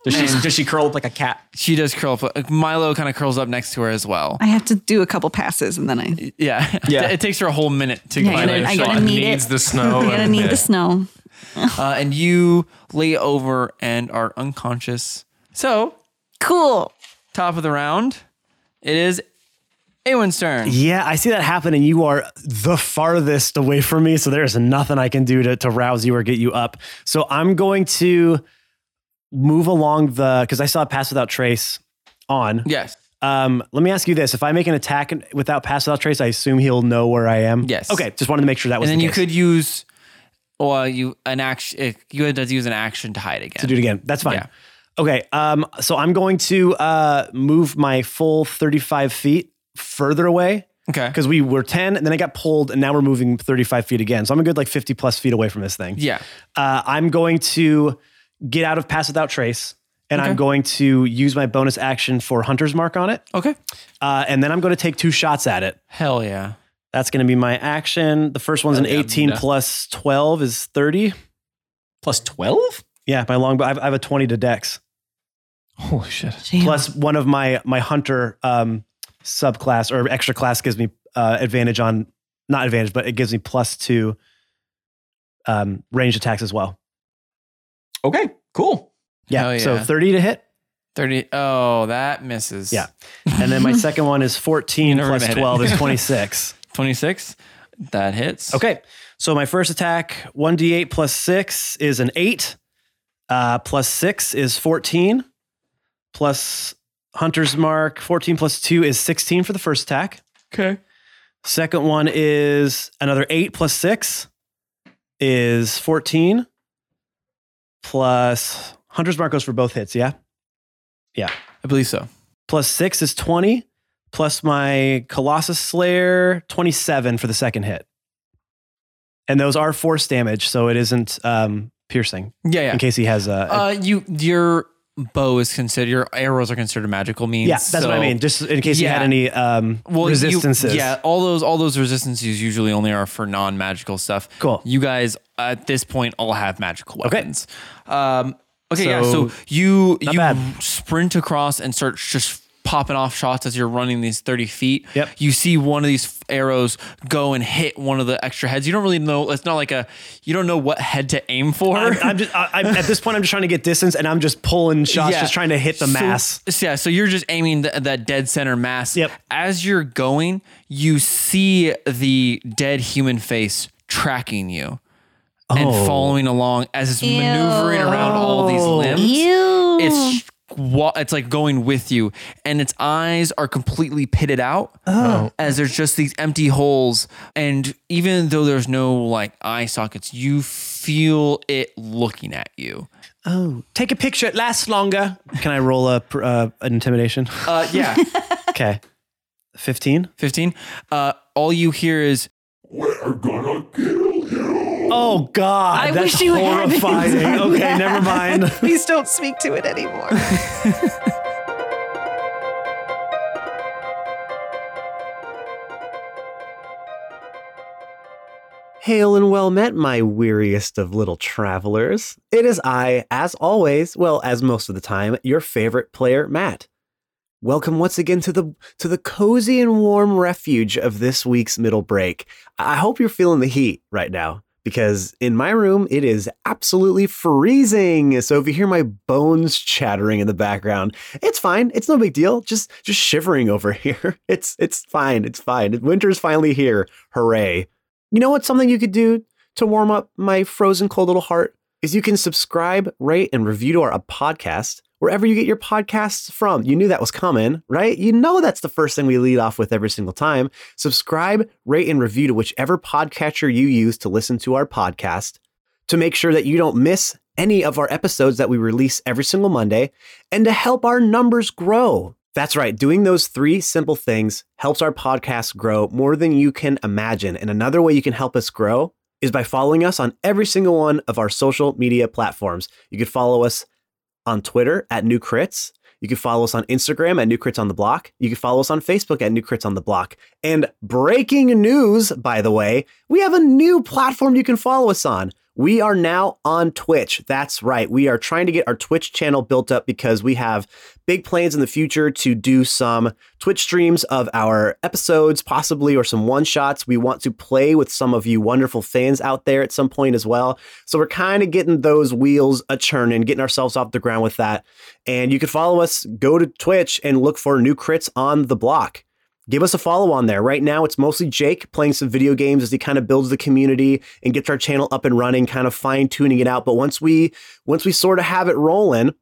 Does she, does she curl up like a cat?
she does curl up. Like, Milo kind of curls up next to her as well.
I have to do a couple passes and then I
Yeah, (laughs)
Yeah.
it takes her a whole minute to
Yeah,
climb
I
it.
gotta- I gotta
Sean
need
needs
it.
the snow.
I'm gonna
and-
need
yeah.
the snow.
Uh, and you lay over and are unconscious. So
Cool.
top of the round, it is Awen's turn.
Yeah, I see that happen, and you are the farthest away from me, so there's nothing I can do to, to rouse you or get you up. So I'm going to move along the, because I saw Pass Without Trace on.
Yes.
Um, let me ask you this. If I make an attack without Pass Without Trace, I assume he'll know where I am.
Yes.
Okay, just wanted to make sure that was
and then
the
you
case.
could use or you an action you had to use an action to hide again
to do it again. That's fine.
Yeah.
Okay. Um, so I'm going to uh, move my full 35 feet further away
okay
because we were 10 and then I got pulled and now we're moving 35 feet again. So I'm a good like 50 plus feet away from this thing.
yeah
Uh, I'm going to get out of Pass Without Trace and I'm going to use my bonus action for Hunter's Mark on it.
okay
Uh, and then I'm going to take two shots at it.
hell yeah
That's going to be my action. The first one's an 18 plus 12 is 30.
Plus 12?
Yeah, my long, I have, I have a 20 to dex.
Holy shit.
plus one of my my hunter um subclass or extra class gives me uh advantage on not advantage but it gives me plus two um range attacks as well
Okay, cool.
yeah,
Hell
so
yeah.
30 to hit
30 oh that misses
Yeah. and then my second one is 14
never
plus
made it.
12
(laughs)
is 26
26 that hits
okay so my first attack 1d8 plus 6 is an 8 uh plus 6 is 14 plus hunter's mark 14 plus 2 is 16 for the first attack
okay
Second one is another eight plus six is 14 plus Hunter's Mark goes for both hits. Yeah.
i believe so
Plus six is 20 plus my Colossus Slayer 27 for the second hit. And those are force damage. So it isn't um, piercing
yeah yeah
in case he has a. a-
uh you your bow is considered your arrows are considered magical means
yeah, that's what I
so-
mean. Just in case he
Yeah.
had any um,
well, you-
resistances.
yeah all those all those resistances usually only are for non-magical stuff
Cool.
you guys at this point all have magical
Okay.
weapons. Um, okay, yeah.
So-
So you
Not
you
bad.
sprint across and start just popping off shots as you're running these 30 feet.
Yep.
You see one of these arrows go and hit one of the extra heads. You don't really know. It's not like a you don't know what head to aim for.
I'm, I'm just, I, I'm, at this point, I'm just trying to get distance and I'm just
(laughs)
pulling shots,
Yeah.
just trying to hit the
So-
mass.
so yeah, so you're just aiming th- that dead center mass.
Yep.
As you're going, you see the dead human face tracking you and
Oh. Oh.
following along as it's maneuvering around all these limbs. (laughs)
Ew.
It's wa- it's like going with you, and its eyes are completely pitted out
Oh.
as there's just these empty holes. And even though there's no like eye sockets, you feel it looking at you.
Oh, take a picture. It lasts longer. Can I roll a pr- uh, an intimidation?
Uh, yeah,
(laughs) okay, fifteen.
fifteen. Uh, all you hear is
Oh God,
I
that's
wish you (laughs) hadn't
horrifying.
done
okay,
that.
never mind.
Please don't speak to it anymore.
Hail and well met, my weariest of little travelers. It is I, as always, well, as most of the time, your favorite player, Matt. Welcome once again to the to the cozy and warm refuge of this week's middle break. I I hope you're feeling the heat right now because in my room it is absolutely freezing. So if you hear my bones chattering in the background, it's fine. It's no big deal. Just just shivering over (laughs) here. It's it's fine. It's fine. Winter's finally here. Hooray. You know what's something you could do to warm up my frozen cold little heart? Is you can subscribe, rate, and review to our uh, podcast wherever you get your podcasts from. You knew that was coming, right? You know that's the first thing we lead off with every single time. Subscribe, rate, and review to whichever podcatcher you use to listen to our podcast to make sure that you don't miss any of our episodes that we release every single Monday and to help our numbers grow. That's right, doing those three simple things helps our podcast grow more than you can imagine. And another way you can help us grow is by following us on every single one of our social media platforms. You could follow us on Twitter at New Crits. You can follow us on Instagram at New Crits on the Block. You can follow us on Facebook at New Crits on the Block. And breaking news, by the way, we have a new platform you can follow us on. We are now on Twitch. That's right. We are trying to get our Twitch channel built up because we have big plans in the future to do some Twitch streams of our episodes, possibly, or some one shots. We want to play with some of you wonderful fans out there at some point as well. So we're kind of getting those wheels a churning, getting ourselves off the ground with that. And you can follow us, go to Twitch and look for new crits on the block. Give us a follow on there. Right now, it's mostly Jake playing some video games as he kind of builds the community and gets our channel up and running, kind of fine tuning it out. But once we once we sort of have it rolling,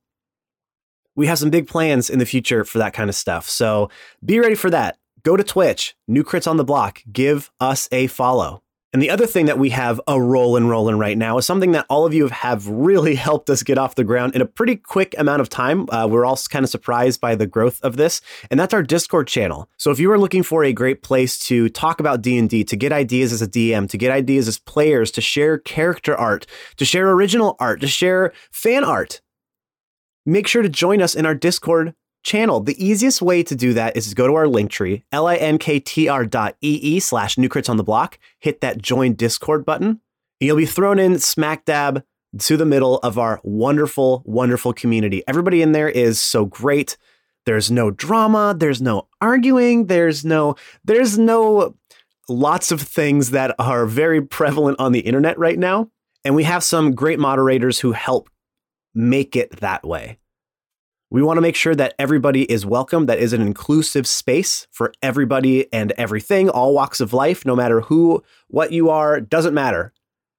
we have some big plans in the future for that kind of stuff. So be ready for that. Go to Twitch, new crits on the block. Give us a follow. And the other thing that we have a rolling rolling right now is something that all of you have really (laughs) helped us get off the ground in a pretty quick amount of time. Uh, we're all kind of surprised by the growth of this, and that's our Discord channel. So if you are looking for a great place to talk about D and D, to get ideas as a DM, to get ideas as players, to share character art, to share original art, to share fan art, make sure to join us in our Discord channel. The easiest way to do that is to go to our link tree, linktr dot ee slash newcrits on the block, hit that join Discord button, and you'll be thrown in smack dab to the middle of our wonderful, wonderful community. Everybody in there is so great. There's no drama, there's no arguing, there's no, there's no lots of things that are very prevalent on the internet right now. And we have some great moderators who help make it that way. We want to make sure that everybody is welcome, that is an inclusive space for everybody and everything, all walks of life, no matter who, what you are, doesn't matter.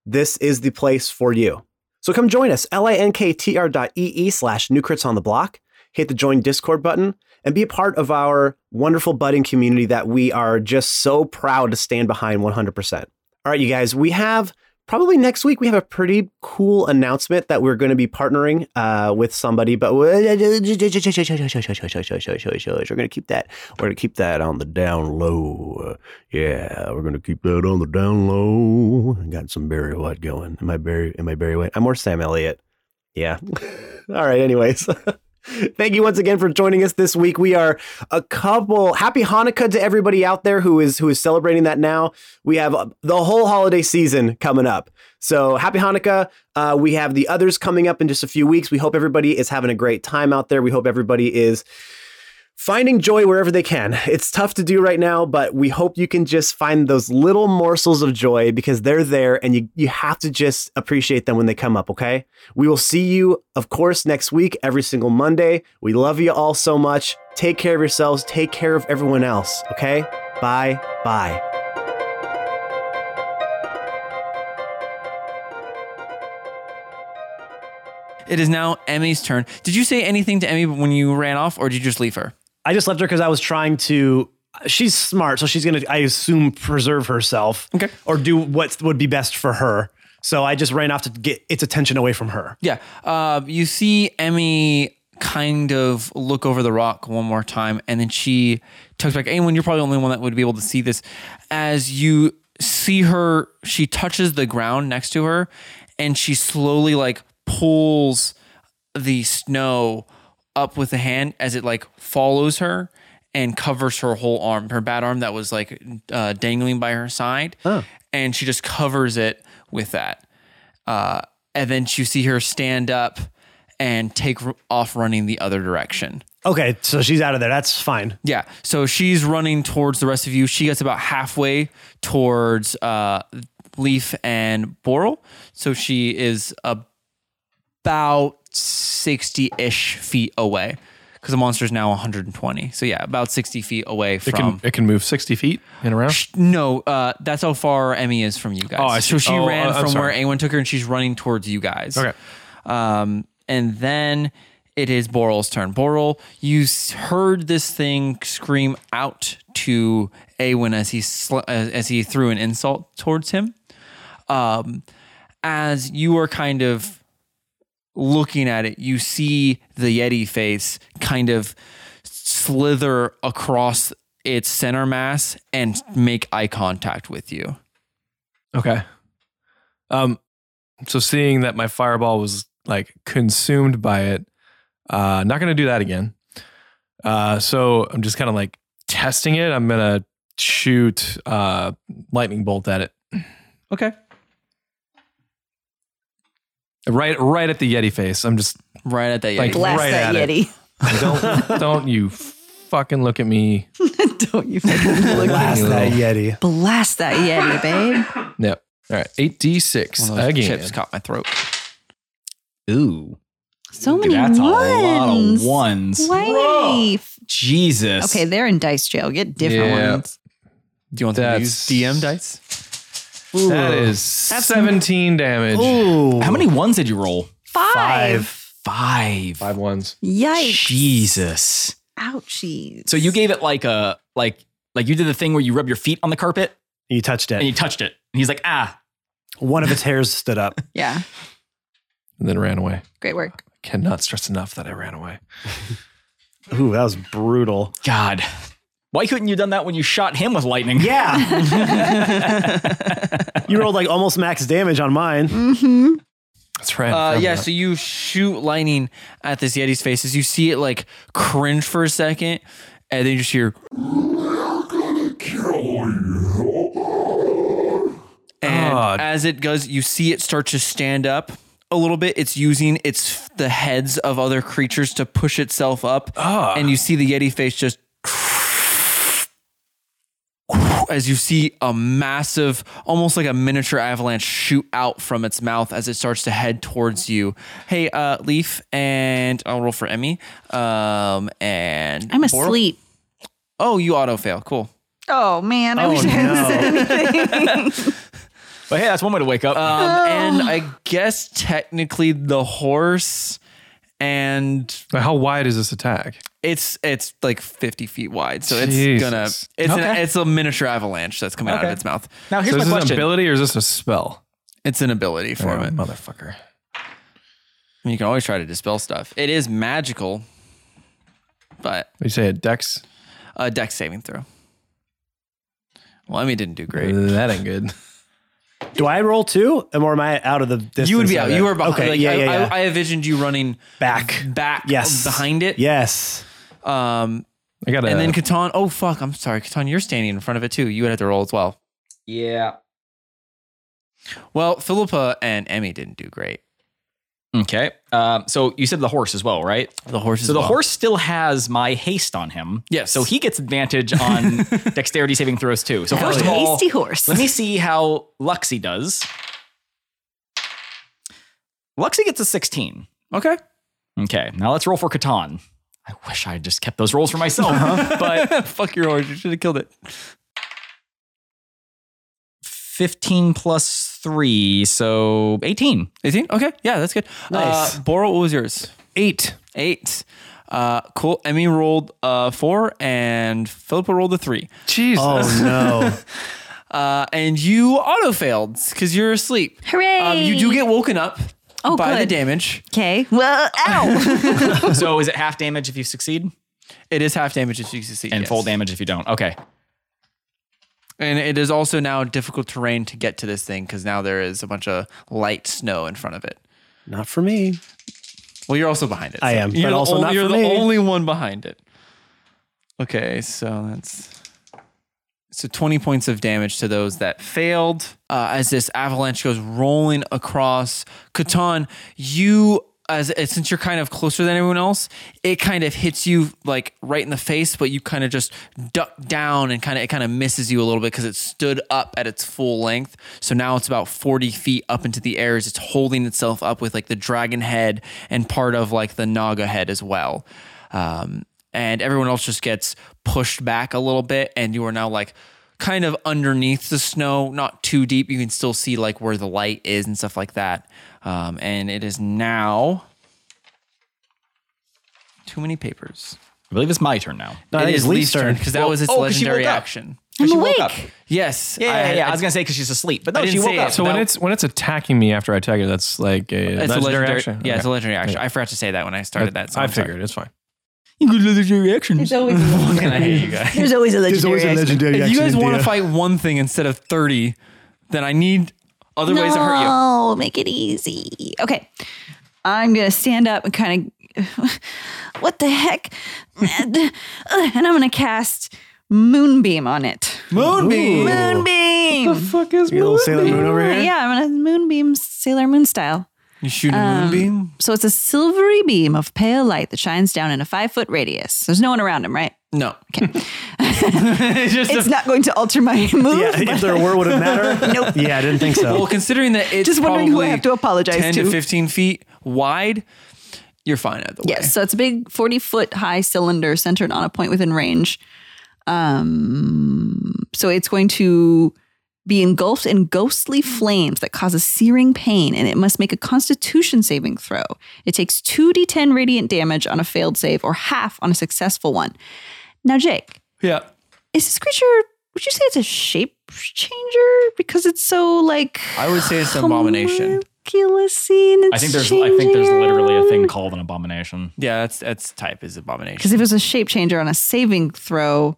This is the place for you. So come join us, linktr.ee slash newcrits on the block. Hit the join Discord button and be a part of our wonderful budding community that we are just so proud to stand behind 100%. All right, you guys, we have probably next week we have a pretty cool announcement that we're going to be partnering uh, with somebody but we're going to keep that we're going to keep that on the down low yeah we're going to keep that on the down low I got some barry white going am i barry am i barry white i'm more sam elliott yeah all right anyways (laughs) Thank you once again for joining us this week. We are a couple. Happy Hanukkah to everybody out there who is who is celebrating that now. We have uh, the whole holiday season coming up. So happy Hanukkah. Uh, we have the others coming up in just a few weeks. We hope everybody is having a great time out there. We hope everybody is finding joy wherever they can. It's tough to do right now, but we hope you can just find those little morsels of joy because they're there and you, you have to just appreciate them when they come up, okay? We will see you, of course, next week, every single Monday. We love you all so much. Take care of yourselves, take care of everyone else, okay? Bye bye.
It is now Emmy's turn. Did you say anything to Emmy when you ran off, or did you just leave her?
I just left her because I was trying to. She's smart, so she's gonna, I assume, preserve herself.
Okay.
Or do what would be best for her. So I just ran off to get its attention away from her.
Yeah. Uh, you see Emmy kind of look over the rock one more time, and then she tucks back. Anyone, you're probably the only one that would be able to see this. As you see her, she touches the ground next to her, and she slowly like pulls the snow up with the hand as it like follows her and covers her whole arm, her bad arm that was like uh, dangling by her side, and she just covers it with that. Uh, and then you see her stand up and take r- off running the other direction.
Okay, so she's out of there. That's fine.
Yeah. So she's running towards the rest of you. She gets about halfway towards uh, Leaf and Boral. So she is about 60 ish feet away because the monster is now 120. So yeah, about 60 feet away
It
from.
can it can move sixty feet in a round.
Sh- No, uh, that's how far Emmy is from you guys.
Oh, I
so
see.
she
Oh,
ran
uh, I'm
from where
sorry.
anyone took her, and she's running towards you guys.
Okay.
Um, and then it is Boral's turn. Boral, you s- heard this thing scream out to Awen as he sl- as, as he threw an insult towards him. Um, as you are kind of looking at it, you see the Yeti face kind of slither across its center mass and make eye contact with you.
Okay. Um, so seeing that my fireball was like consumed by it, uh, not gonna do that again. Uh, so I'm just kind of like testing it. I'm gonna shoot uh lightning bolt at it.
Okay.
Right, right at the Yeti face. I'm just
Right at that Yeti.
Like,
Blast
Right
that
at it.
(laughs)
Yeti.
don't don't you fucking look at me.
(laughs)
Don't you fucking look at
Blast
me.
that Yeti.
Blast that Yeti, babe.
No. All right, eight d six
One of those
again.
chips caught my throat.
Ooh.
So many
That's
ones.
a lot of ones.
Wife.
Jesus.
Okay, they're in dice jail. Get different
Yeah.
ones.
Do you want them to use
That's-
DM dice?
That is seventeen damage.
Ooh.
How many ones did you roll?
Five.
Five.
Five ones.
Yikes.
Jesus.
Ouchies.
So you gave it like a like like you did the thing where you rub your feet on the carpet
You touched
and you
it.
touched it. And he's like, ah,
One of its hairs stood up.
Yeah.
And then ran away.
Great work.
Cannot stress enough that I ran away.
Ooh, that was brutal.
God. Why couldn't you have done that when you shot him with lightning?
(laughs)
Yeah. you rolled like almost max damage on mine.
That's right. I
Uh,
found
yeah,
that.
so you shoot lightning at this Yeti's face as you see it like cringe for a second, and then you just hear. And
Ah.
as it goes, you see it start to stand up a little bit. It's using its the heads of other creatures to push itself up,
Ah.
and you see the Yeti face just as you see a massive, almost like a miniature avalanche shoot out from its mouth as it starts to head towards you. Hey, uh, Leaf, and I'll roll for Emmy. Um, and
I'm
Boral-
asleep.
Oh, you auto fail. Cool.
Oh man, I wish I hadn't said anything.
But hey, that's one way to wake up.
Uh,
Um, and I guess technically the horse, and
But how wide is this attack?
it's it's like 50 feet wide, so it's
Jesus.
gonna it's an,
Okay.
it's a miniature avalanche that's coming out of
Okay.
its mouth.
now here's
so
my
is this
question.
an ability or is this a spell?
It's an ability for
Oh,
it.
motherfucker.
I mean, you can always try to dispel stuff. It is magical, but
You say a dex?
a deck saving throw. Well, Emmy didn't do great.
That ain't good.
Do I roll two, or am I out of the distance?
you would be
of
out.
it?
You were behind.
Okay,
like,
yeah,
I,
yeah, yeah.
I, I envisioned you running
back.
back
Yes.
behind it.
Yes.
Um,
I got a.
and then Catan. Oh fuck! I'm sorry, Catan. You're standing in front of it too. You would have to roll as well.
yeah.
Well, Philippa and Emmy didn't do great.
Okay. Um, so you said the horse as well, right?
The horse. as
So the
well.
horse still has my haste on him.
Yes.
So he gets advantage on dexterity saving throws too. So first of all,
Hasty horse.
Let me see how Luxy does. Luxy gets a 16.
Okay. (laughs)
Okay, now let's roll for Catan. I wish I had just kept those rolls for myself. But
fuck your horse. You should have killed it.
15 plus 3, so 18.
18? Okay. Yeah, that's good.
Nice.
Uh, Boral, what was yours?
Eight.
Eight. Uh, cool. Emmy rolled a four and Philippa rolled a three.
Jesus.
(laughs)
Oh, no.
Uh, and you auto failed because you're asleep.
Hooray!
Um, you do get woken up
Oh,
by the
good.
damage.
Okay. Well, ow.
so is it half damage if you succeed?
It is half damage if you succeed.
And
yes.
full damage if you don't. Okay.
And it is also now difficult terrain to get to this thing because now there is a bunch of light snow in front of it.
Not for me.
Well, you're also behind it.
I am,
You're
but
the
also
only,
not
You're
for
the
me.
only one behind it. Okay, so that's so 20 points of damage to those that failed. Uh, as this avalanche goes rolling across Catan, you as since you're kind of closer than everyone else, it kind of hits you like right in the face, but you kind of just duck down and kind of it kind of misses you a little bit because it stood up at its full length. So now it's about 40 feet up into the air as it's holding itself up with like the dragon head and part of like the Naga head as well. Um, and everyone else just gets pushed back a little bit and you are now like kind of underneath the snow not too deep you can still see like where the light is and stuff like that um, and it is now too many papers
I believe it's my turn now.
No, I
it
think
is
it's Lee's turn.
because that
Well,
was its
oh, 'cause she
legendary
woke up.
action
I'm
She woke up.
awake.
yes
Yeah, yeah, yeah. I
I,
was gonna say because she's asleep, but
I
no, she
didn't
woke
say
up.
it.
So when
That-
it's when it's attacking me after I attack it, that's like a
it's
legendary
a legendary
action.
yeah it's a
Okay.
legendary action i forgot to say that when i started that so
I
I'm sorry.
figured it's fine.
There's always a
Fucking, I hate you guys
There's always a legendary.
legendary
if you guys want to fight one thing instead of 30 then i need other ways to hurt you
No, make it easy. Okay. I'm going to stand up and kind of, (laughs) what the heck? and (laughs) I'm going to cast Moonbeam on it.
moonbeam
Moonbeam!
fuck is little Sailor Moon over here?
Yeah, I'm going to Moonbeam Sailor Moon style.
you shoot a moonbeam
So it's a silvery beam of pale light that shines down in a five foot radius. There's no one around him, right?
No. Okay. (laughs) it's just
It's not going to alter
(laughs)
my move.
Yeah, if there were, would it matter? nope. Yeah, I didn't think
(laughs) well,
so.
considering that it's
Just wondering
probably
who I have to apologize
10 to
to.
15 feet wide, you're fine either way.
Yes. So it's a big 40 foot high cylinder centered on a point within range. Um, so it's going to be engulfed in ghostly flames that causes searing pain, and it must make a constitution saving throw. It takes 2d10 radiant damage on a failed save or half on a successful one. Now, Jake,
Yeah.
is this creature, would you say it's a shape changer because it's so like.
I would say it's an abomination.
I think there's I think there's literally a thing called an abomination.
Yeah, that's that's type is abomination.
Because if it was a shape changer on a saving throw,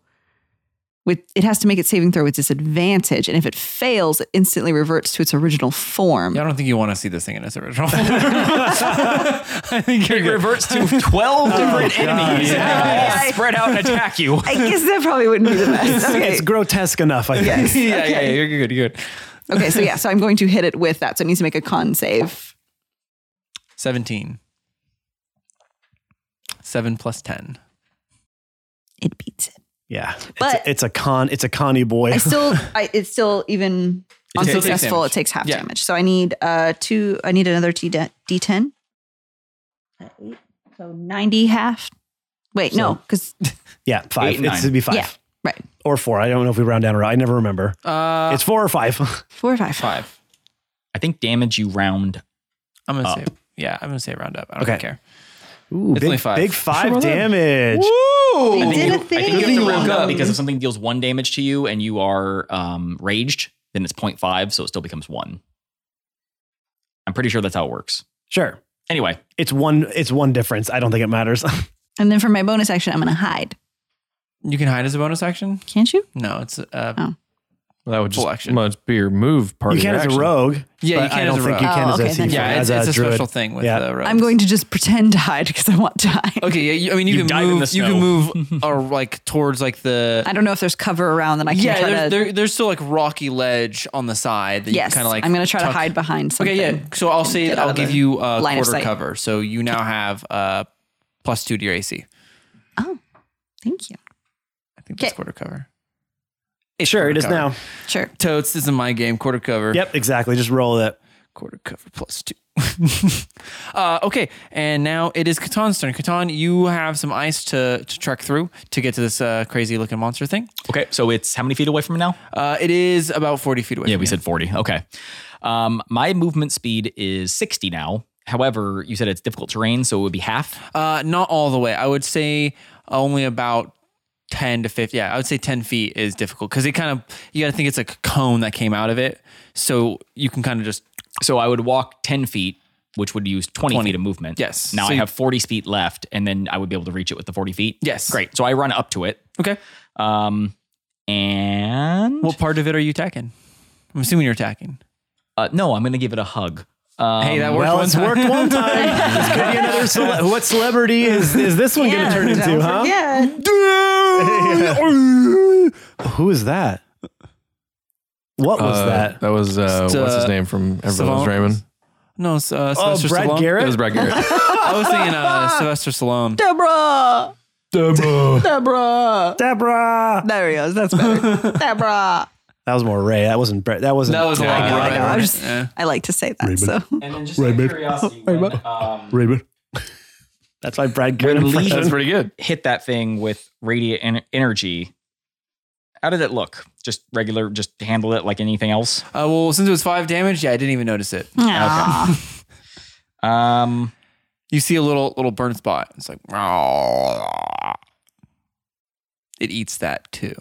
with it has to make its saving throw with disadvantage, and if it fails, it instantly reverts to its original form.
Yeah, I don't think you want to see this thing in its original. form. (laughs) I think you're
It
good.
reverts
(laughs)
to twelve different enemies.
yeah.
and they
(laughs)
all spread out and attack you.
I guess that probably wouldn't be
(laughs)
the best. Okay.
It's grotesque enough, I think.
yeah, yeah, yeah, you're good. You're good.
Okay, so yeah, so I'm going to hit it with that. So it needs to make a con save.
17. 7 plus 10.
It beats it.
Yeah. It's,
But-
a, it's a con. It's a conny boy.
I still, I, it's still even
It takes-
unsuccessful.
it
It
takes
takes half
Yeah.
damage. So I need uh two. I need another D D10. So 90 half. Wait, no, because
yeah,
Eight,
five.
nine.
it's it'd be five.
Yeah, right.
Or four. I don't know if we round down or I never remember.
Uh,
it's four or five.
four or five.
5.
I think damage you round.
I'm going
Up.
to say, yeah, I'm going to say round up. I don't
Okay.
care.
Ooh,
It's
big,
only five.
Big five damage.
I think,
did
you,
a
I
thing.
think you have to round
Woke up.
up because if something deals one damage to you and you are um, raged, then it's 0.5, so it still becomes one. I'm pretty sure that's how it works.
Sure.
Anyway,
It's one. It's one difference. I don't think it matters. (laughs)
And then for my bonus action, I'm going to hide.
You can hide as a bonus action?
Can't you?
No, it's uh,
Oh.
Well, that would
Full
just
action.
must be your move part.
you
of your
can as a
action. Uh,
rogue.
Yeah, you
but
can
I
as
don't
a
think you
rogue.
can
Oh,
as a
okay, then
thief,
Yeah, it's,
as
it's a,
druid.
special thing with
Yeah.
the rogues.
I'm going to just pretend to hide (laughs) because I want to hide.
Okay, yeah, you, I mean you,
You
can
dive in the
move. You can
snow. (laughs)
move or like towards like the.
I don't know if there's cover around that I can
yeah,
try
there's,
to.
there, there's still like rocky ledge on the side that
yes,
you kind of like.
I'm going to try to
tuck-
hide behind something.
Okay, yeah. So I'll say
get out
I'll
of
give
the
you a
line of
quarter
sight.
cover. So you now have uh plus two to your AC.
Thank you.
I think that's
Okay.
quarter cover.
Sure, it is
Quarter
now.
Sure. (laughs)
Totes, this is my game. Quarter cover.
Yep, exactly. Just roll it.
Quarter cover plus two. (laughs) uh, okay, and now it is Katan's turn. Katan, you have some ice to, to trek through to get to this uh, crazy looking monster thing.
Okay, so it's how many feet away from me now?
Uh, it is about 40 feet away.
Yeah,
from
we
you.
said 40. Okay. Um, my movement speed is 60 now. However, you said it's difficult terrain, so it would be half.
Uh, not all the way. I would say only about 10 to 50. Yeah, I would say 10 feet is difficult because it kind of, you got to think it's like a cone that came out of it. So you can kind of just,
So I would walk 10 feet, which would use 20,
20.
feet of movement.
Yes.
Now
So
I
you-
have 40 feet left, and then I would be able to reach it with the 40 feet.
Yes.
Great. So I run up to it.
okay.
Um, and
What part of it are you attacking? I'm assuming you're attacking.
uh, no, I'm going to give it a hug. Um,
Hey, that worked
Well,
one
Oh, it's
time.
worked one time. this could be
(laughs)
another cele- what celebrity is, is this one going to turn into, huh?
Yeah.
(laughs) Who is that? What was
Uh,
that?
That was uh,
St-
what's his
uh,
name from Everyone Loves
Savant?
Raymond.
(laughs) No, it's, uh,
Oh,
Sylvester
Brad
Stallone.
It
Garrett?
was Brad
(laughs)
Garrett.
I was thinking uh,
(laughs)
Sylvester Stallone.
Deborah.
Deborah.
Uh,
Deborah.
Deborah.
There he is. That's better. Deborah.
That was more Ray. That wasn't Brett. That wasn't.
That was a
Yeah,
lot.
I know,
Right,
I know.
right,
I was
right.
just,
Yeah.
I like to say that. So
And then just out of curiosity,
(laughs)
when, um,
Raymond. That's my Brad Garrett
When Lee-
impression.
That's pretty good.
hit that thing with radiant en- energy, how did it look? Just regular, just handle it like anything else.
Uh, well, since it was five damage, yeah, I didn't even notice it.
Aw.
Um,
You see a little little burn spot. It's like, it eats that too.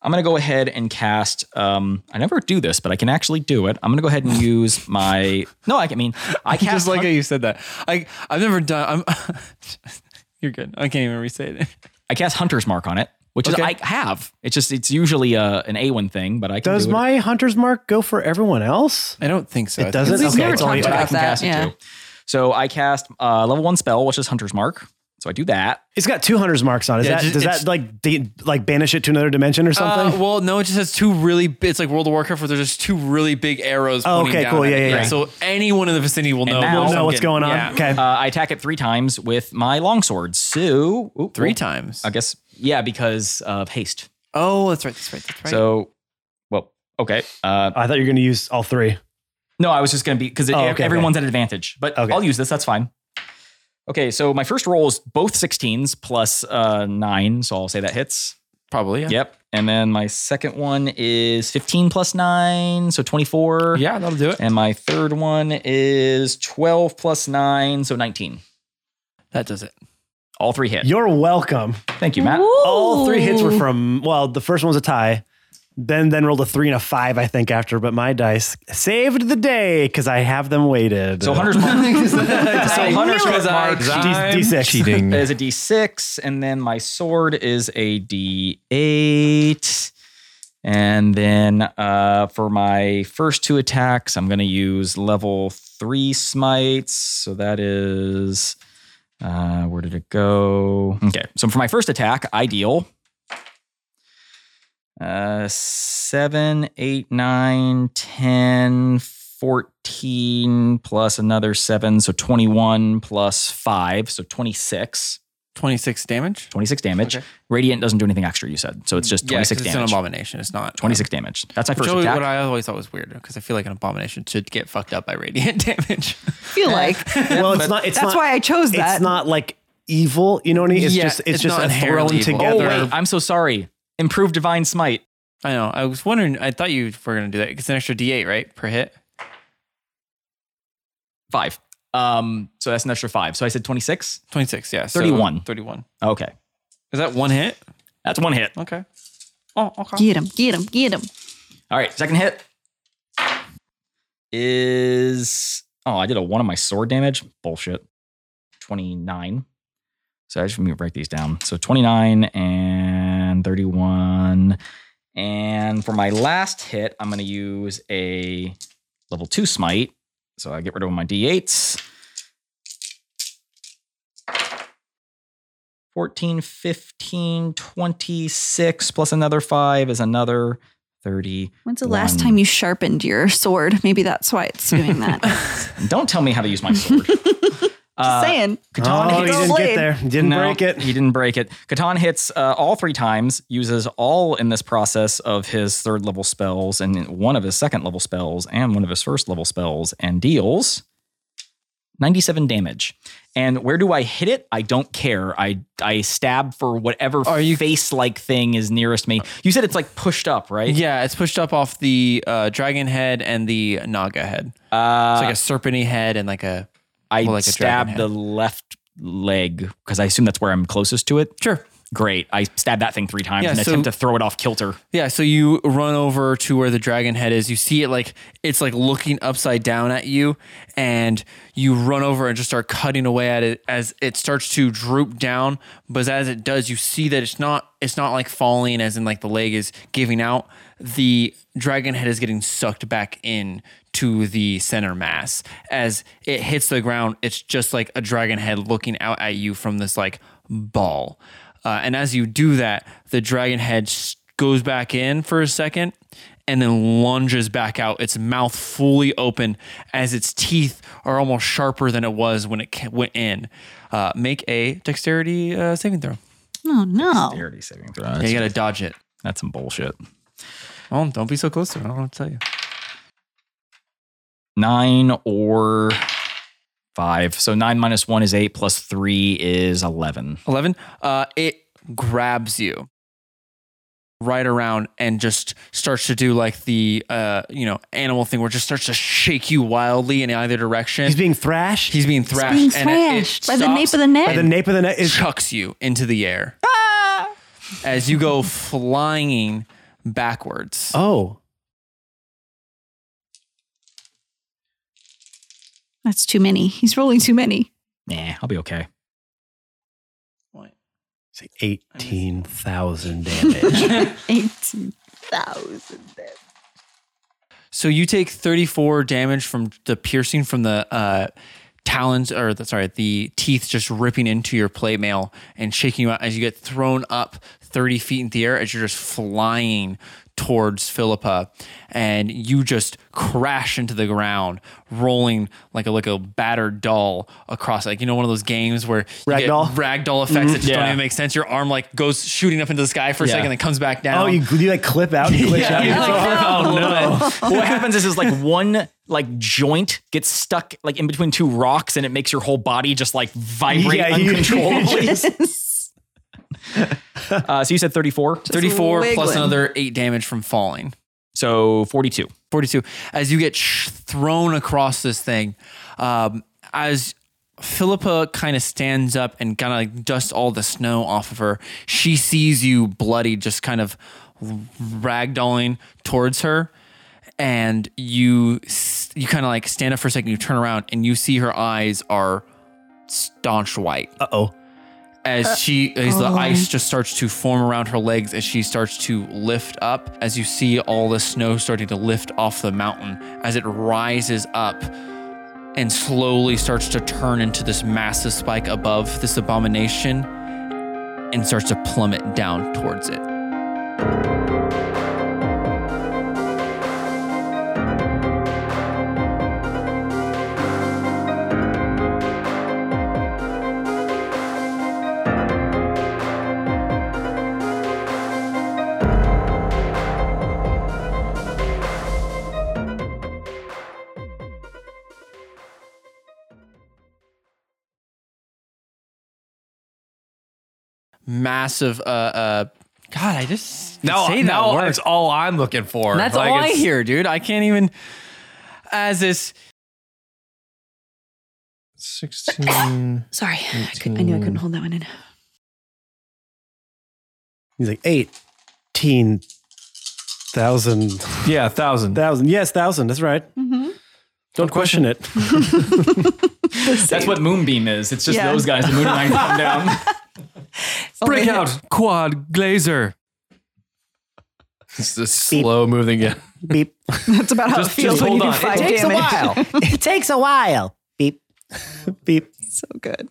I'm gonna go ahead and cast. Um, I never do this, but I can actually do it. I'm gonna go ahead
(laughs)
and use my. No, I can- I mean I cast
just like
hun-
how you said that. I I've never done. I'm. (laughs) you're good. I can't even re-say it.
I cast Hunter's Mark on it, which
Okay.
is I have. It's just it's usually uh an A1 thing, but I can
Does
do it.
my hunter's mark go for everyone else?
I don't think so.
It
I think
doesn't?
it's-
We've never
it's only
talked
what I
about
can
that,
cast it
yeah.
to. So I cast uh, level one spell, which is Hunter's Mark. So I do that.
It's got two hunter's marks on. it. Is
Yeah,
that
just-
does
it's-
that like de- like banish it to another dimension or
Uh,
something?
well, no, it just has two really. bi- It's like World of Warcraft, where there's just two really big arrows.
Oh,
pointing
okay,
down
cool.
at
Yeah,
it.
yeah, yeah.
So anyone in the vicinity will know.
now-
we'll
We'll
know what's going on.
Yeah.
Okay.
Uh, I attack it three times with my longsword. So ooh,
Three
ooh.
times.
I guess yeah, because of haste.
Oh, that's right. That's right. That's right.
So, well, okay. Uh,
I thought you were going to use all three.
no, I was just gonna be because
Oh, okay,
everyone's at advantage, but
Okay.
I'll use this. That's fine. Okay, so my first roll is both 16s plus uh, nine, so I'll say that hits.
probably. Yeah.
Yep. And then my second one is 15 plus nine, so 24.
Yeah, that'll do it.
And my third one is 12 plus nine, so 19.
That does it.
All three hit.
You're welcome.
Thank you, Matt.
All three hits were from. Well, the first one was a tie. Then then rolled a three and a five, I think, after. But my dice saved the day because I have them weighted.
So Hunter's Mark. so Hunter's
knew it.
Mark
D- D6.
Cheating.
is a D6, and then my sword is a D8. And then uh, for my first two attacks, I'm going to use level three smites. So that is, uh, where did it go? Okay. So for my first attack, I deal uh, 7, 8, 9, 10, 14, plus another 7. So 21 plus 5. So 26.
Twenty-six damage.
26 damage.
Okay.
Radiant doesn't do anything extra, you said. So it's just
Yeah, 'cause
26
it's an
damage.
abomination. It's not
26 damage. That's my
Which
first
always-
attack.
what I always thought was weird because I feel like an abomination should get fucked up by radiant (laughs) damage.
feel like
(laughs) well, it's not. It's
that's
not,
why I chose that.
It's not like evil. You know what I mean? It's
Yeah,
just. It's,
it's
just
not
a
inherent
thrown
evil.
oh,
together.
wait. I'm so sorry. Improved Divine Smite.
I know. I was wondering. I thought you were gonna do that. It's an extra D8, right, per hit.
Five. Um, so that's an extra five. So I said 26.
Twenty-six. Yeah. so
31.
Thirty-one.
Okay.
Is that one hit?
That's one hit.
Okay. Oh, okay.
Get him, get him, get him.
All right. Second hit is. Oh, I did a one on my sword damage. Bullshit. 29. So I just need to break these down. So 29 and 31. And for my last hit, I'm going to use a level two smite. So I get rid of my d8s. 14, 15, 26, plus another five is another 30.
When's the last
One.
time you (laughs) sharpened your sword? Maybe that's why it's doing that.
Don't tell me how to use my sword. Uh,
saying.
Catan
Oh,
hits.
you
he didn't get there. He didn't
No,
break it.
He didn't break it. Catan hits uh, all three times, uses all in this process of his third level spells and one of his second level spells and one of his first level spells and deals 97 damage. And where do I hit it? I don't care. I I stab for whatever
Are you-
face like thing is nearest me. You said it's like pushed up, right?
Yeah, it's pushed up off the uh, dragon head and the naga head. It's
Uh,
like a serpenty head and like a
I
well, like a
stab
dragon
the left leg because I assume that's where I'm closest to it.
sure.
Great. I stab that thing three times
Yeah,
and
so-
attempt to throw it off kilter.
Yeah, so you run over to where the dragon head is. You see it like it's like looking upside down at you, and you run over and just start cutting away at it as it starts to droop down. But as it does, you see that it's not it's not like falling, as in like the leg is giving out. The dragon head is getting sucked back in to the center mass as it hits the ground. It's just like a dragon head looking out at you from this like ball. Uh, and as you do that, the dragon head s- goes back in for a second and then lunges back out, its mouth fully open as its teeth are almost sharper than it was when it ca- went in. Uh, make a dexterity uh, saving throw.
Oh no.
Dexterity saving throw.
Yeah,
That's,
you gotta dodge it.
that's some bullshit.
Oh, don't be so close to it. I don't know what to tell you.
Nine or five. So nine minus one is eight, plus three is 11.
11. Uh, it grabs you right around and just starts to do like the uh, you know animal thing where it just starts to shake you wildly in either direction.
He's being thrashed
He's being thrashed.
being
and it- it
thrashed by the nape
stops
of the neck.
and
by
By
the nape of the neck. Is
chucks you into the air as you go flying backwards.
oh,
That's too many. He's rolling too many.
Nah, I'll be okay.
it's like eighteen thousand damage.
(laughs) 18,000.
So you take 34 damage from the piercing from the uh, talons, or the, sorry, the teeth just ripping into your plate mail and shaking you out as you get thrown up 30 feet in the air as you're just flying towards Philippa. And you just crash into the ground, rolling like a like a battered doll across, like, you know, one of those games where you get
Ragdoll?
ragdoll effects that just don't
yeah.
even make sense. Your arm like goes shooting up into the sky for a
Yeah.
second, then comes back down.
oh, you, you like clip out, you glitch out.
you're like,
oh, no. what happens is, is like one like joint gets stuck like in between two rocks and it makes your whole body just like vibrate
Yeah, you-
uncontrollably.
(laughs)
uh, so you said 34.
34 plus
wiggling.
another 8 damage from falling.
So 42.
42 as you get sh- thrown across this thing um, as philippa kind of stands up and kind of like dusts all the snow off of her she sees you bloody just kind of ragdolling towards her and you s- you kind of like stand up for a second you turn around and you see her eyes are staunch white
Uh oh.
as she as the ice just starts to form around her legs as she starts to lift up as you see all the snow starting to lift off the mountain as it rises up and slowly starts to turn into this massive spike above this abomination and starts to plummet down towards it massive uh uh god i just
Now,
say that
now
word.
that's all I'm looking for.
That's
Like,
all I
it's-
hear, dude. I can't even. As this
16.
Sorry. I, could, I knew I couldn't hold that one in.
He's like eighteen thousand.
yeah, 1,000.
Thousand. Yes, thousand. That's right. Don't question it.
That's what Moonbeam is. It's just
Yeah.
those guys. The Moonbeam come down.
Break out quad glazer. It's this slow moving again.
Beep.
That's about how
Just-
it feels
just
when you
hold
do
(laughs)
on. It
five damage.
it takes a while. Beep. Beep.
So good.